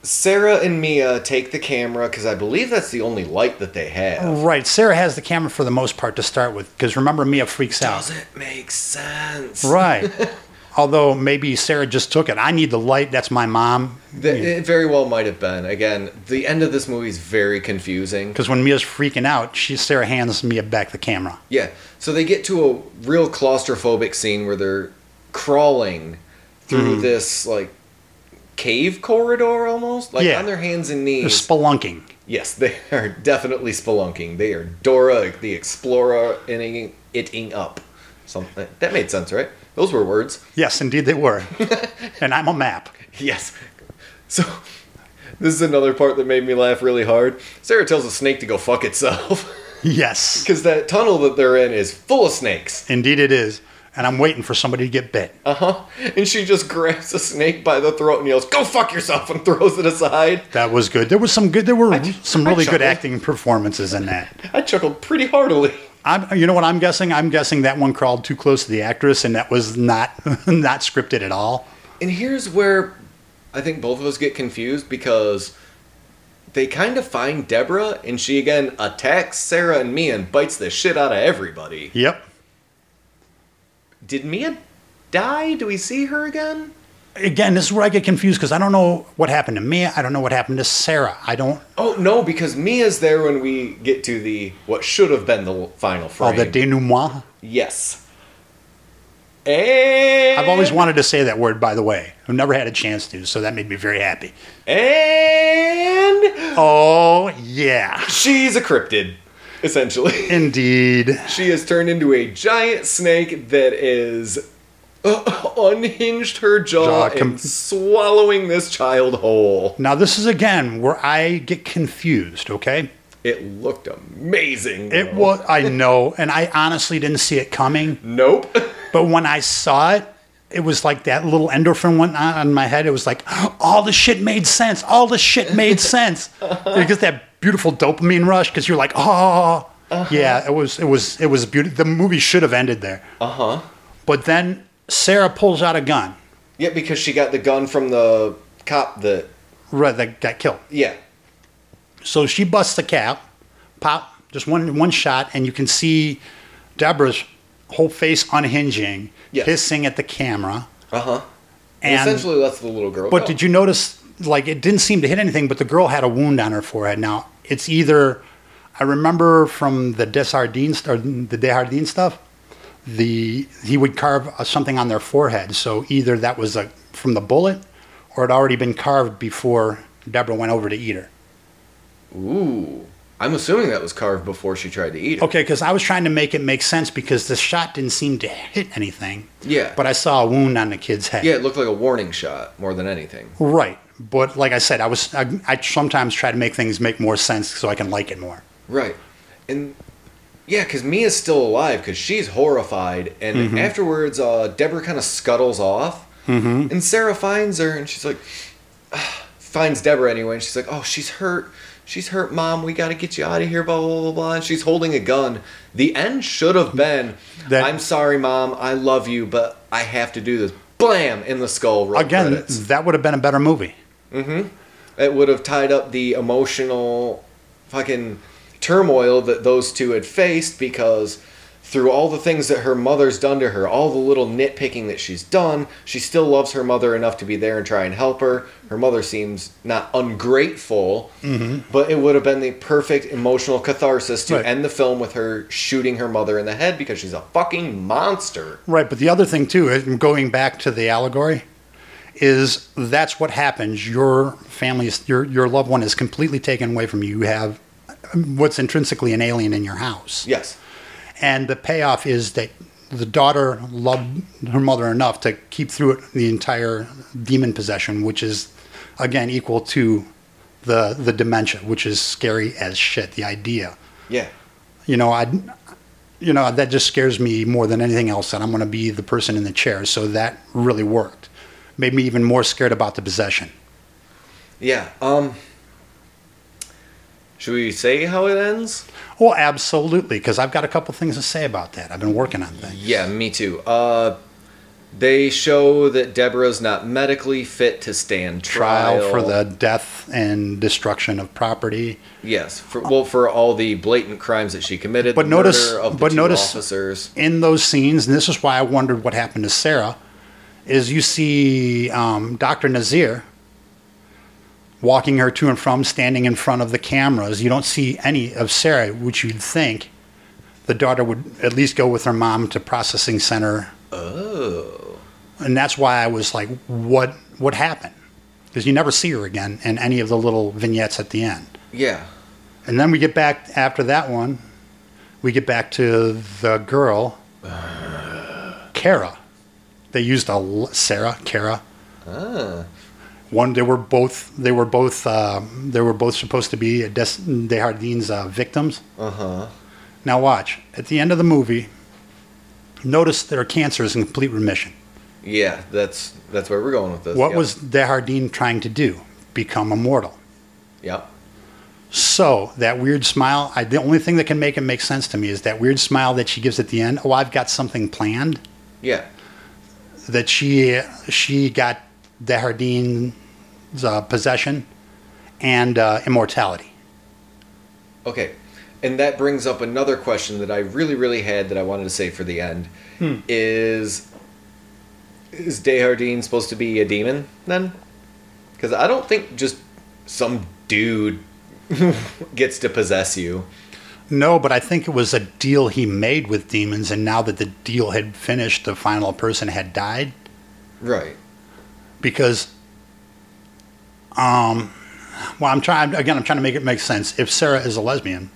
Sarah and Mia take the camera because I believe that's the only light that they have.
Right, Sarah has the camera for the most part to start with because remember Mia freaks out.
Doesn't make sense.
Right. Although maybe Sarah just took it. I need the light. That's my mom.
The- It very well might have been. Again, the end of this movie is very confusing.
Because when Mia's freaking out, she Sarah hands Mia back the camera.
Yeah. So they get to a real claustrophobic scene where they're crawling through
Mm-hmm.
this like cave corridor almost, like
Yeah.
on their hands and
They're
knees.
spelunking.
yes, they are definitely spelunking. They are Dora the Explorer inning itting up. Something that made sense, right? Those were words.
Yes, indeed they were. and I'm a map.
Yes. So this is another part that made me laugh really hard. Sarah tells a snake to go fuck itself
Yes.
because that tunnel that they're in is full of snakes.
Indeed it is. and I'm waiting for somebody to get bit.
Uh huh. And she just grabs a snake by the throat and yells, "Go fuck yourself!" and throws it aside.
That was good. There was some good. There were some
I
really good
chuckled.
acting performances in that.
I chuckled pretty heartily.
I'm, you know what I'm guessing? I'm guessing that one crawled too close to the actress, and that was not not scripted at all.
And here's where I think both of us get confused because they kind of find Deborah and she again attacks Sarah and me and bites the shit out of everybody.
Yep.
Did Mia die? Do we see her again?
Again, this is where I get confused because I don't know what happened to me. I don't know what happened to Sarah. I don't.
Oh no, because Mia's there when we get to the what should have been the final
Oh,
frame.
the denouement.
yes. And
I've always wanted to say that word, by the way. I've never had a chance to, so that made me very happy.
and
Oh, yeah.
she's a cryptid, essentially.
Indeed.
She has turned into a giant snake that is uh, unhinged her jaw
Jaw com-
and swallowing this child whole.
Now, this is again where I get confused, okay?
It looked amazing.
It
though.
was, I know, and I honestly didn't see it coming.
Nope.
But when I saw it, it was like that little endorphin went on in my head. It was like, all the shit made sense. All the shit made sense. You get that beautiful dopamine rush because you're like, oh, yeah. It was, it was, it was beautiful. The movie should have ended there. Uh huh.
Uh-huh.
But then Sarah pulls out a gun.
yeah, because she got the gun from the cop that.
Right, that got killed.
Yeah.
So she busts the cap, pop, just one one shot, and you can see Deborah's whole face unhinging,
Yes.
hissing at the camera.
Uh huh.
And
Essentially, that's the little girl.
But did you notice, like, it didn't seem to hit anything, but the girl had a wound on her forehead. Now, it's either, I remember from the Desjardins, or the Desjardins stuff, the he would carve uh, something on their forehead. So either that was a, from the bullet, or it already been carved before Deborah went over to eat her.
Ooh. I'm assuming that was carved before she tried to eat it.
Okay, because I was trying to make it make sense because the shot didn't seem to hit anything,
Yeah.
but I saw a wound on the kid's head.
yeah, it looked like a warning shot more than anything.
Right. But like I said, I was I, I sometimes try to make things make more sense so I can like it more.
Right. And yeah, because Mia's still alive because she's horrified. And
Mm-hmm.
afterwards, uh, Deborah kind of scuttles off.
Mm-hmm.
And Sarah finds her and she's like, ah, finds Deborah anyway. And she's like, oh, she's hurt. She's hurt, mom. We got to get you out of here, blah, blah, blah, blah. And she's holding a gun. The end should have been,
That-
I'm sorry, mom. I love you, but I have to do this. Blam! In the skull. roll
Again,
credits.
that would have been a better movie.
it would have tied up the emotional fucking turmoil that those two had faced because through all the things that her mother's done to her, all the little nitpicking that she's done, she still loves her mother enough to be there and try and help her. Her mother seems not ungrateful, but it would have been the perfect emotional catharsis to
Right.
end the film with her shooting her mother in the head because she's a fucking monster.
Right, but the other thing too, is- going back to the allegory, is that's what happens. Your family, is, your your loved one is completely taken away from you. You have what's intrinsically an alien in your house.
Yes.
and the payoff is that the daughter loved her mother enough to keep through it the entire demon possession, which is again equal to the the dementia, which is scary as shit. The idea,
Yeah.
you know, I, you know, that just scares me more than anything else. That I'm going to be the person in the chair, so that really worked. Made me even more scared about the possession.
Yeah. Um should we say how it ends?
Oh, absolutely, because I've got a couple things to say about that. I've been working on things.
Yeah, me too. Uh, they show that Deborah's not medically fit to stand trial,
Trial for the death and destruction of property.
yes, for, well for all the blatant crimes that she committed.
But
the
notice-
murder of the
but
two
notice-
officers.
in those scenes, and this is why I wondered what happened to Sarah, is you see um, Dr. Nazir walking her to and from, standing in front of the cameras. You don't see any of Sarah, which you'd think the daughter would at least go with her mom to processing center.
Oh,
And that's why I was like, what, what happened? Because you never see her again in any of the little vignettes at the end.
yeah,
And then we get back after that one, we get back to the girl, Kara. They used a l- Sarah, Kara. One, they were both. They were both. Um, they were both supposed to be Des Desjardins' uh, victims.
uh huh,
Now watch. At the end of the movie, noticed their cancer is in complete remission.
Yeah, that's that's where we're going with this.
What
Yep.
was Dehardine trying to do? Become immortal.
Yep.
So that weird smile, I, the only thing that can make it make sense to me is that weird smile that she gives at the end. Oh, I've got something planned.
Yeah.
That she she got Dehardine's uh, possession and uh, immortality.
Okay. And that brings up another question that I really, really had that I wanted to say for the end. Is is Dehardine supposed to be a demon then? Because I don't think just some dude gets to possess you.
No, but I think it was a deal he made with demons, and now that the deal had finished, the final person had died
Right.
because. Um, well, I'm trying again. I'm trying to make it make sense. If Sarah is a lesbian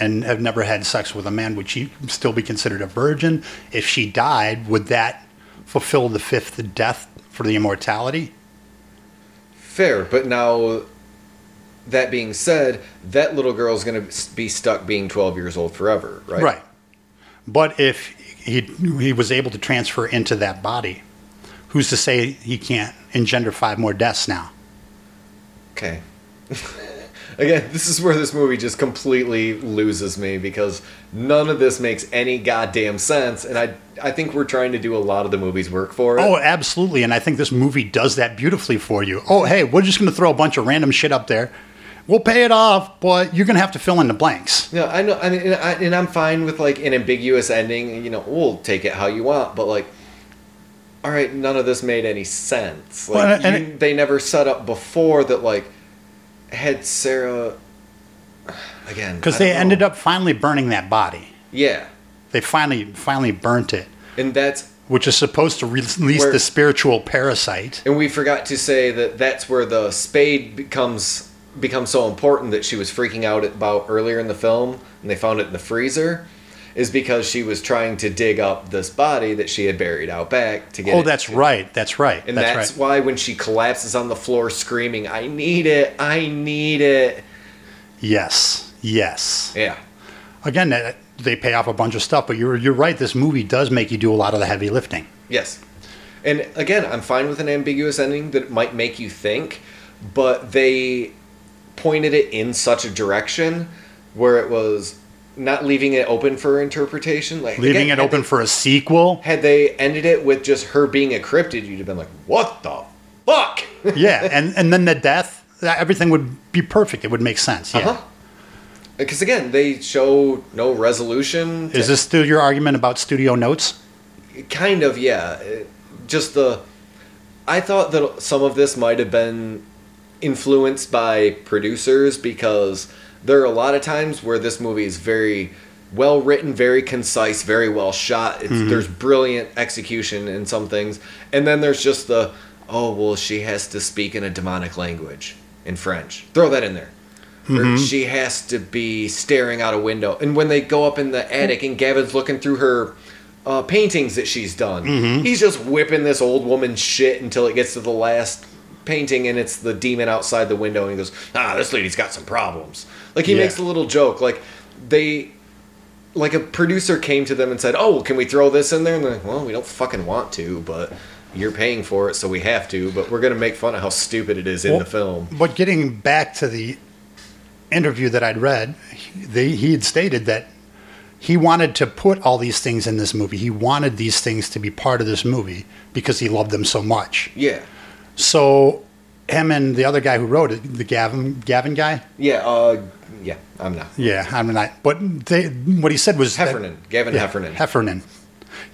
and have never had sex with a man, would she still be considered a virgin? If she died, would that fulfill the fifth death for the immortality?
Fair, but now that being said, that little girl's going to be stuck being 12 years old forever, right?
Right. But if he he was able to transfer into that body, who's to say he can't engender five more deaths now?
Okay. Again, this is where this movie just completely loses me because none of this makes any goddamn sense, and I I think we're trying to do a lot of the movie's work for it.
Oh, absolutely. And I think this movie does that beautifully for you. Oh, hey, we're just going to throw a bunch of random shit up there. We'll pay it off, but you're going to have to fill in the blanks.
No, I know. I mean, and, I, and I'm fine with like an ambiguous ending. You know, we'll take it how you want, but like, all right, none of this made any sense. Like,
Well, and-
you-
and
they never set up before that. Like, had Sarah again
Because
I
they
don't know.
ended up finally burning that body.
yeah,
They finally, finally burnt it,
and that's
which is supposed to release
Where-
the spiritual parasite.
And we forgot to say that that's where the spade becomes becomes so important that she was freaking out about earlier in the film, and they found it in the freezer, is because she was trying to dig up this body that she had buried out back to get.
Oh,
it.
that's right. That's right.
And
that's,
that's,
right.
why when she collapses on the floor screaming, "I need it! I need it!"
Yes. Yes.
Yeah,
Again, that- they pay off a bunch of stuff, but you're, you're right. This movie does make you do a lot of the heavy lifting.
Yes. And again, I'm fine with an ambiguous ending that might make you think, but they pointed it in such a direction where it was not leaving it open for interpretation. Like
Leaving
again, had
it open for a sequel.
They, had they ended it with just her being a cryptid, you'd have been like, "What the fuck?"
yeah, and and then the death, that- everything would be perfect. It would make sense. Yeah.
Uh-huh. Because again, they show no resolution.
Is this still your argument about studio notes?
kind of yeah It- just the i thought that some of this might have been influenced by producers because there are a lot of times where this movie is very well written very concise very well shot it's, there's brilliant execution in some things and then there's just the oh well she has to speak in a demonic language in french throw that in there or she has to be staring out a window. And when they go up in the attic and Gavin's looking through her uh, paintings that she's done, he's just whipping this old woman's shit until it gets to the last painting and it's the demon outside the window and he goes, ah, this lady's got some problems. Like he
Yeah.
makes a little joke. Like they. Like a producer came to them and said, "Oh, can we throw this in there?" And they're like, "Well, we don't fucking want to, but you're paying for it, so we have to. But we're gonna make fun of how stupid it is in
Well-
the film."
But getting back to the interview that I'd read, he, they, he had stated that he wanted to put all these things in this movie. He wanted these things to be part of this movie because he loved them so much.
Yeah,
So him and the other guy who wrote it, the Gavin Gavin guy,
yeah, uh, yeah. I'm not.
yeah, I'm not. But they, what he said was that-
Heffernan, Gavin
Yeah,
Heffernan.
Heffernan.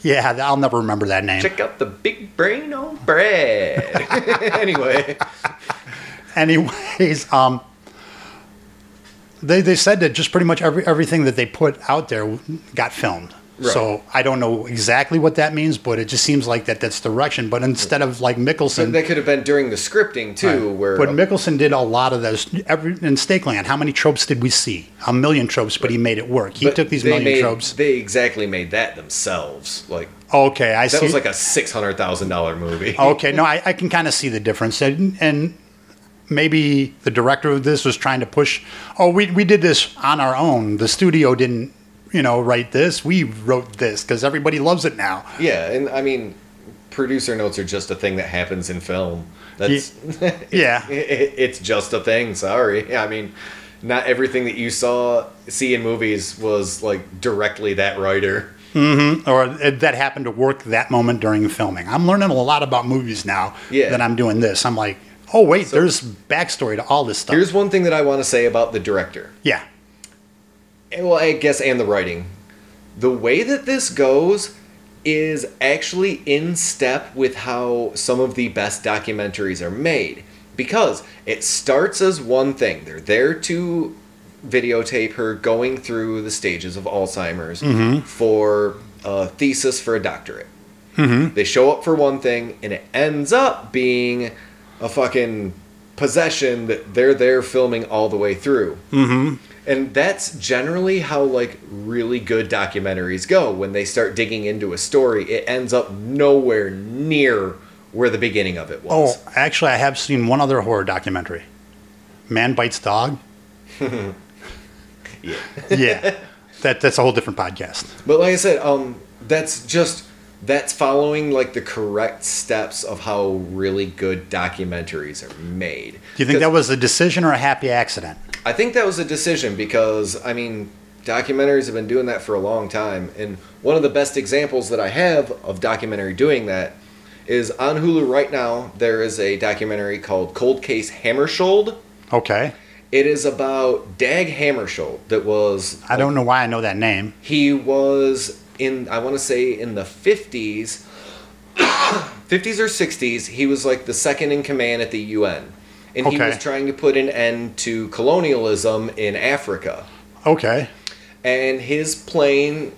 Yeah, I'll never remember that name.
Check out the big brain on bread. anyway,
Anyways, um, they they said that just pretty much every everything that they put out there got filmed.
Right.
So I don't know exactly what that means, but it just seems like that that's the direction. But instead of like
so
Mickelson,
that could have been during the scripting too, where
but Mickelson did a lot of those. Every in Stakeland, how many tropes did we see? A million tropes, but he made it work. He
but
took these
they
million
made-
tropes.
They exactly made that themselves. Like
Okay, I
that
see. Oh,
was like a six hundred thousand dollar movie.
okay, no, I, I can kind of see the difference. And, and maybe the director of this was trying to push, oh, we, we did this on our own. The studio didn't you know write this. We wrote this because everybody loves it now.
Yeah, and I mean, producer notes are just a thing that happens in film. That's
Yeah.
it, it- it's just a thing. Sorry, Yeah, I mean, not everything that you saw see in movies was like directly that writer.
or that happened to work that moment during filming. I'm learning a lot about movies now
Yeah.
that I'm doing this. I'm like, oh wait, there's backstory to all this stuff.
Here's one thing that I want to say about the director.
yeah,
And, Eh, well, I guess, and the writing. The way that this goes is actually in step with how some of the best documentaries are made. Because it starts as one thing. They're there to videotape her going through the stages of Alzheimer's for a thesis for a doctorate. They show up for one thing, and it ends up being a fucking possession that they're there filming all the way through. And that's generally how like really good documentaries go. When they start digging into a story, it ends up nowhere near where the beginning of it
Oh,
was.
actually, I have seen one other horror documentary. Man bites dog.
Yeah.
Yeah, that that's a whole different podcast.
But like I said, um that's just that's following like the correct steps of how really good documentaries are made.
Do you think that was a decision or a happy accident?
I think that was a decision because I mean documentaries have been doing that for a long time and one of the best examples that I have of documentary doing that is on Hulu right now there is a documentary called Cold Case Hammershold.
Okay,
It is about Dag Hammershold that was
I don't know why I know that name.
he was in I want to say in the 50s 50s or 60s he was like the second in command at the UN and he
Okay.
was trying to put an end to colonialism in Africa
Okay,
Uh, and his plane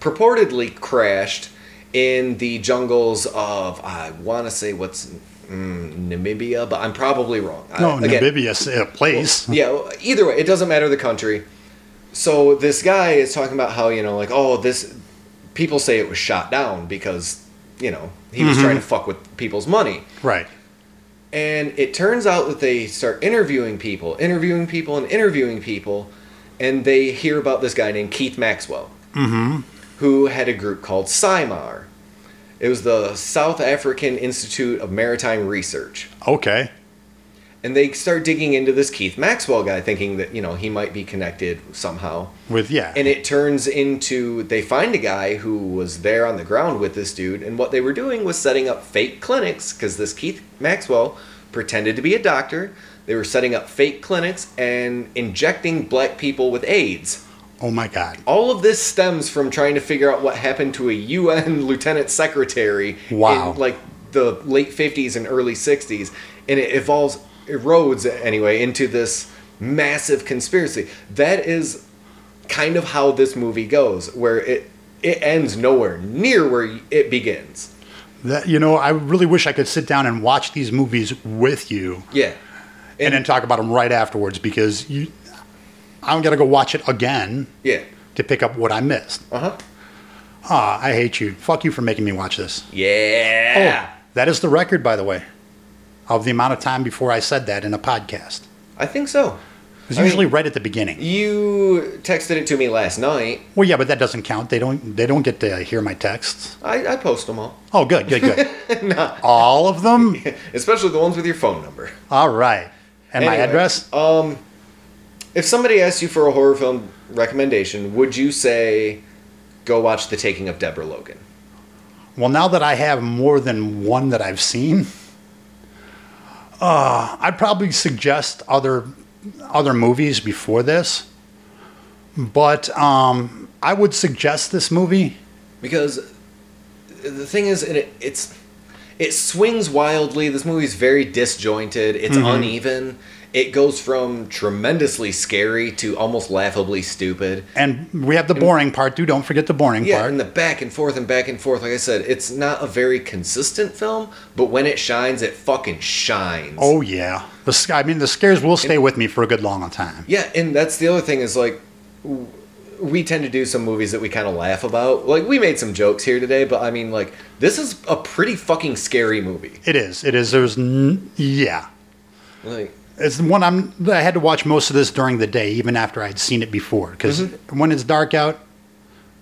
purportedly crashed in the jungles of I want to say what's mm, Namibia, but I'm probably wrong.
no,
I, again,
Namibia's a place.
yeah, well, either way, it doesn't matter the country. So this guy is talking about how you know, like, oh, this people say it was shot down because you know he was trying to fuck with people's money.
Right.
And it turns out that they start interviewing people, interviewing people, and interviewing people, and they hear about this guy named Keith Maxwell, who had a group called SIMAR. It was the South African Institute of Maritime Research.
Okay.
And they start digging into this Keith Maxwell guy, thinking that, you know, he might be connected somehow.
With yeah.
And it turns into they find a guy who was there on the ground with this dude, and what they were doing was setting up fake clinics because this Keith Maxwell pretended to be a doctor. They were setting up fake clinics and injecting black people with AIDS.
oh my God.
All of this stems from trying to figure out what happened to a UN lieutenant secretary
Wow.
in like the late 50s and early 60s. And it evolves, erodes anyway, into this massive conspiracy. That is kind of how this movie goes, where it, it ends nowhere near where it begins.
That, you know, I really wish I could sit down and watch these movies with you
Yeah.
and then talk about them right afterwards because you, I'm gonna go watch it again
Yeah.
to pick up what I missed.
Uh huh.
Ah, I hate you. Fuck you for making me watch this.
Yeah.
Oh, that is the record, by the way, of the amount of time before I said that in a podcast.
Oh, I think so.
It's
I mean-
usually right at the beginning.
You texted it to me last night.
Well, yeah, but that doesn't count. They don't. They don't get to hear my texts.
I, I post them all,
Oh, good, good, good. All of them.
especially the ones with your phone number.
All right. And my
Anyway,
address.
If somebody asked you for a horror film recommendation, would you say go watch The Taking of Deborah Logan?
Well, now that I have more than one that I've seen, uh, I'd probably suggest other other movies before this. But um, I would suggest this movie.
Because the thing is, it, it's it swings wildly. This movie's very disjointed. It's uneven. It goes from tremendously scary to almost laughably stupid.
And we have the boring part too. Don't forget the boring
Yeah,
part.
and the back and forth and back and forth. Like I said, it's not a very consistent film, but when it shines, it fucking shines.
oh yeah. The sc- I mean, the scares will stay with me for a good long time.
Yeah, and that's the other thing is like w- we tend to do some movies that we kind of laugh about. Like we made some jokes here today, but I mean like this is a pretty fucking scary movie.
It is. It is. There's. N- yeah.
Like
It's the one I'm. I had to watch most of this during the day, even after I'd seen it before, because when it's dark out,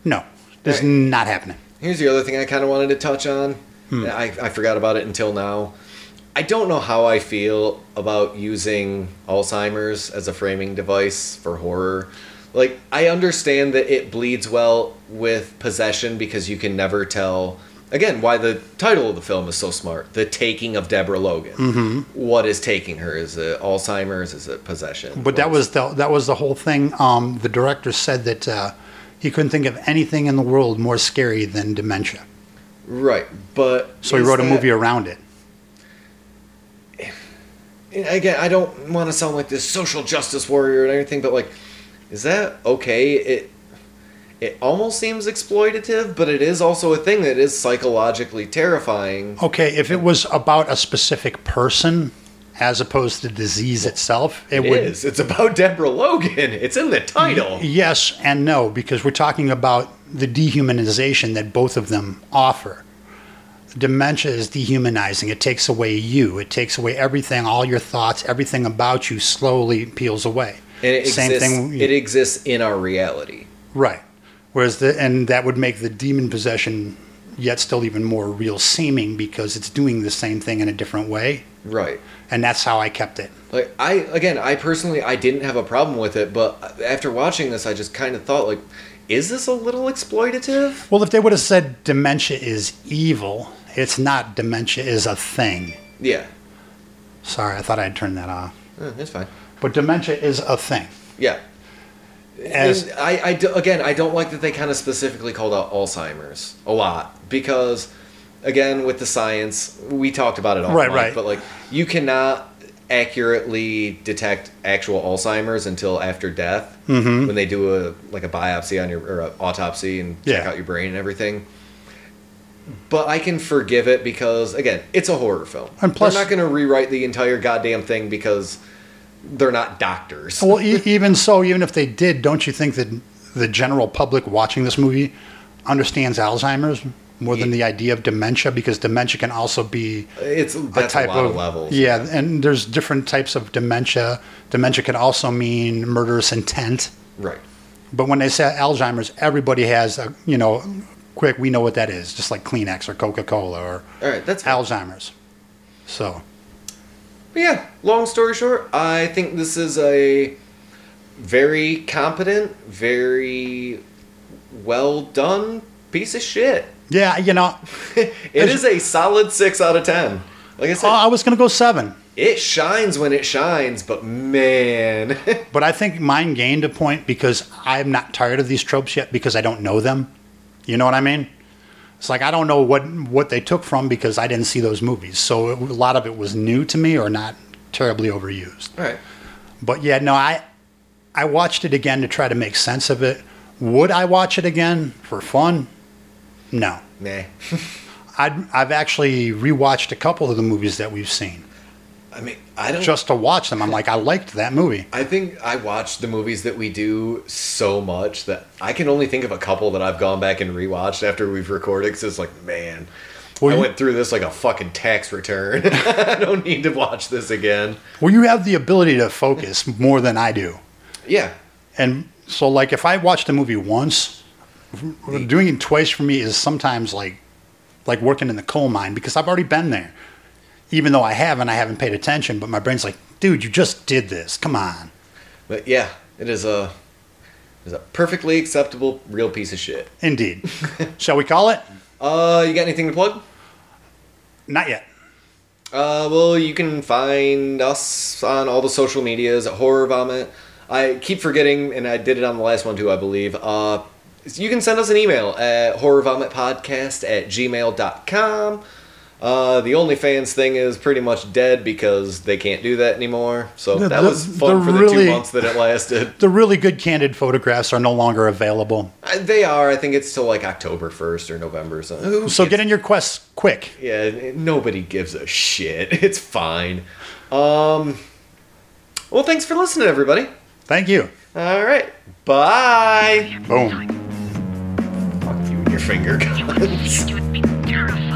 No, this
Mm-hmm. Right.
is not happening.
Here's the other thing I kind of wanted to touch on.
Hmm.
and I, I forgot about it until now. I don't know how I feel about using Alzheimer's as a framing device for horror. Like, I understand that it bleeds well with possession because you can never tell, again, why the title of the film is so smart The Taking of Deborah Logan.
Mm-hmm.
What is taking her? Is it Alzheimer's? Is it possession?
But that was the that was the whole thing. Um, the director said that uh, he couldn't think of anything in the world more scary than dementia,
Right, but.
so he
is
wrote a
that-
movie around it.
again, I don't want to sound like this social justice warrior and everything, but like, is that okay? It it almost seems exploitative, but it is also a thing that is psychologically terrifying.
Okay, if it was about a specific person as opposed to disease itself, it,
It
would.
is. It's about Deborah Logan. It's in the title.
Yes and no, because we're talking about the dehumanization that both of them offer. Dementia is dehumanizing. It takes away you. It takes away everything, all your thoughts, everything about you slowly peels away.
And it
Same
exists,
thing-
It exists in our reality.
Right. Whereas the and that would make the demon possession yet still even more real seeming because it's doing the same thing in a different way.
Right.
And that's how I kept it.
Like I again, I personally I didn't have a problem with it, but after watching this, I just kind of thought like, is this a little exploitative?
Well, if they would have said dementia is evil, it's not dementia is a thing.
Yeah,
Sorry, I thought I'd turn that off.
Eh, it's fine.
But dementia is a thing.
Yeah,
As
And I, I do- again, I don't like that they kind of specifically called out Alzheimer's a lot because, again, with the science, we talked about it all.
Right,
Mike,
right.
But like, you cannot accurately detect actual Alzheimer's until after death
Mm-hmm.
when they do a like a biopsy on your or a autopsy and check
Yeah.
out your brain and everything. But I can forgive it because again, it's a horror film.
And plus-
they're not going to rewrite the entire goddamn thing because they're not doctors.
well, e- even so, even if they did, don't you think that the general public watching this movie understands Alzheimer's more than the idea of dementia? Because dementia can also be
It's that's a,
a type
lot of,
of
levels.
Yeah, and there's different types of dementia. Dementia can also mean murderous intent.
Right.
But when they say Alzheimer's, everybody has a you know, quick. We know what that is, just like Kleenex or Coca Cola or
All right, that's fine.
Alzheimer's. So
But yeah, long story short, I think this is a very competent, very well done piece of shit.
yeah, you know,
It is a solid 6 out of 10. Like I said,
oh, I was gonna go seven.
it shines when it shines, but man.
But I think mine gained a point because I'm not tired of these tropes yet because I don't know them. You know what I mean? It's like I don't know what what they took from because I didn't see those movies. So it, a lot of it was new to me or not terribly overused.
All right.
But yeah, no, I I watched it again to try to make sense of it. Would I watch it again for fun? No.
Nah.
I'd, I've actually rewatched a couple of the movies that we've seen
I mean, I don't
just to watch them. I'm like, I liked that movie.
I think I watch the movies that we do so much that I can only think of a couple that I've gone back and rewatched after we've recorded. Cause it's like, man,
Well,
I
you-
went through this like a fucking tax return. I don't need to watch this again.
Well, you have the ability to focus more than I do.
Yeah,
And so, like, if I watched a movie once, doing it twice for me is sometimes like, like working in the coal mine because I've already been there. Even though I haven't, I haven't paid attention. But my brain's like, dude, you just did this. Come on.
but yeah, it is a it is a perfectly acceptable real piece of shit.
Indeed. Shall we call it?
Uh, you got anything to plug?
Not yet.
Uh, well, you can find us on all the social medias at Horror Vomit. I keep forgetting, and I did it on the last one too, I believe. Uh, you can send us an email at horrorvomitpodcast at gmail.com. Uh, the OnlyFans thing is pretty much dead because they can't do that anymore. So
The-
that
the-
was fun
the
for the
really-
two months that it lasted.
The really good candid photographs are no longer available.
I- they are. I think it's till like October 1st or November or something. Who
So
gives
get in your quests quick.
Yeah, n- nobody gives a shit. It's fine. Um, well, thanks for listening, everybody.
Thank you.
All right, bye.
Boom.
Fuck you and your finger guns.
You would be terrified.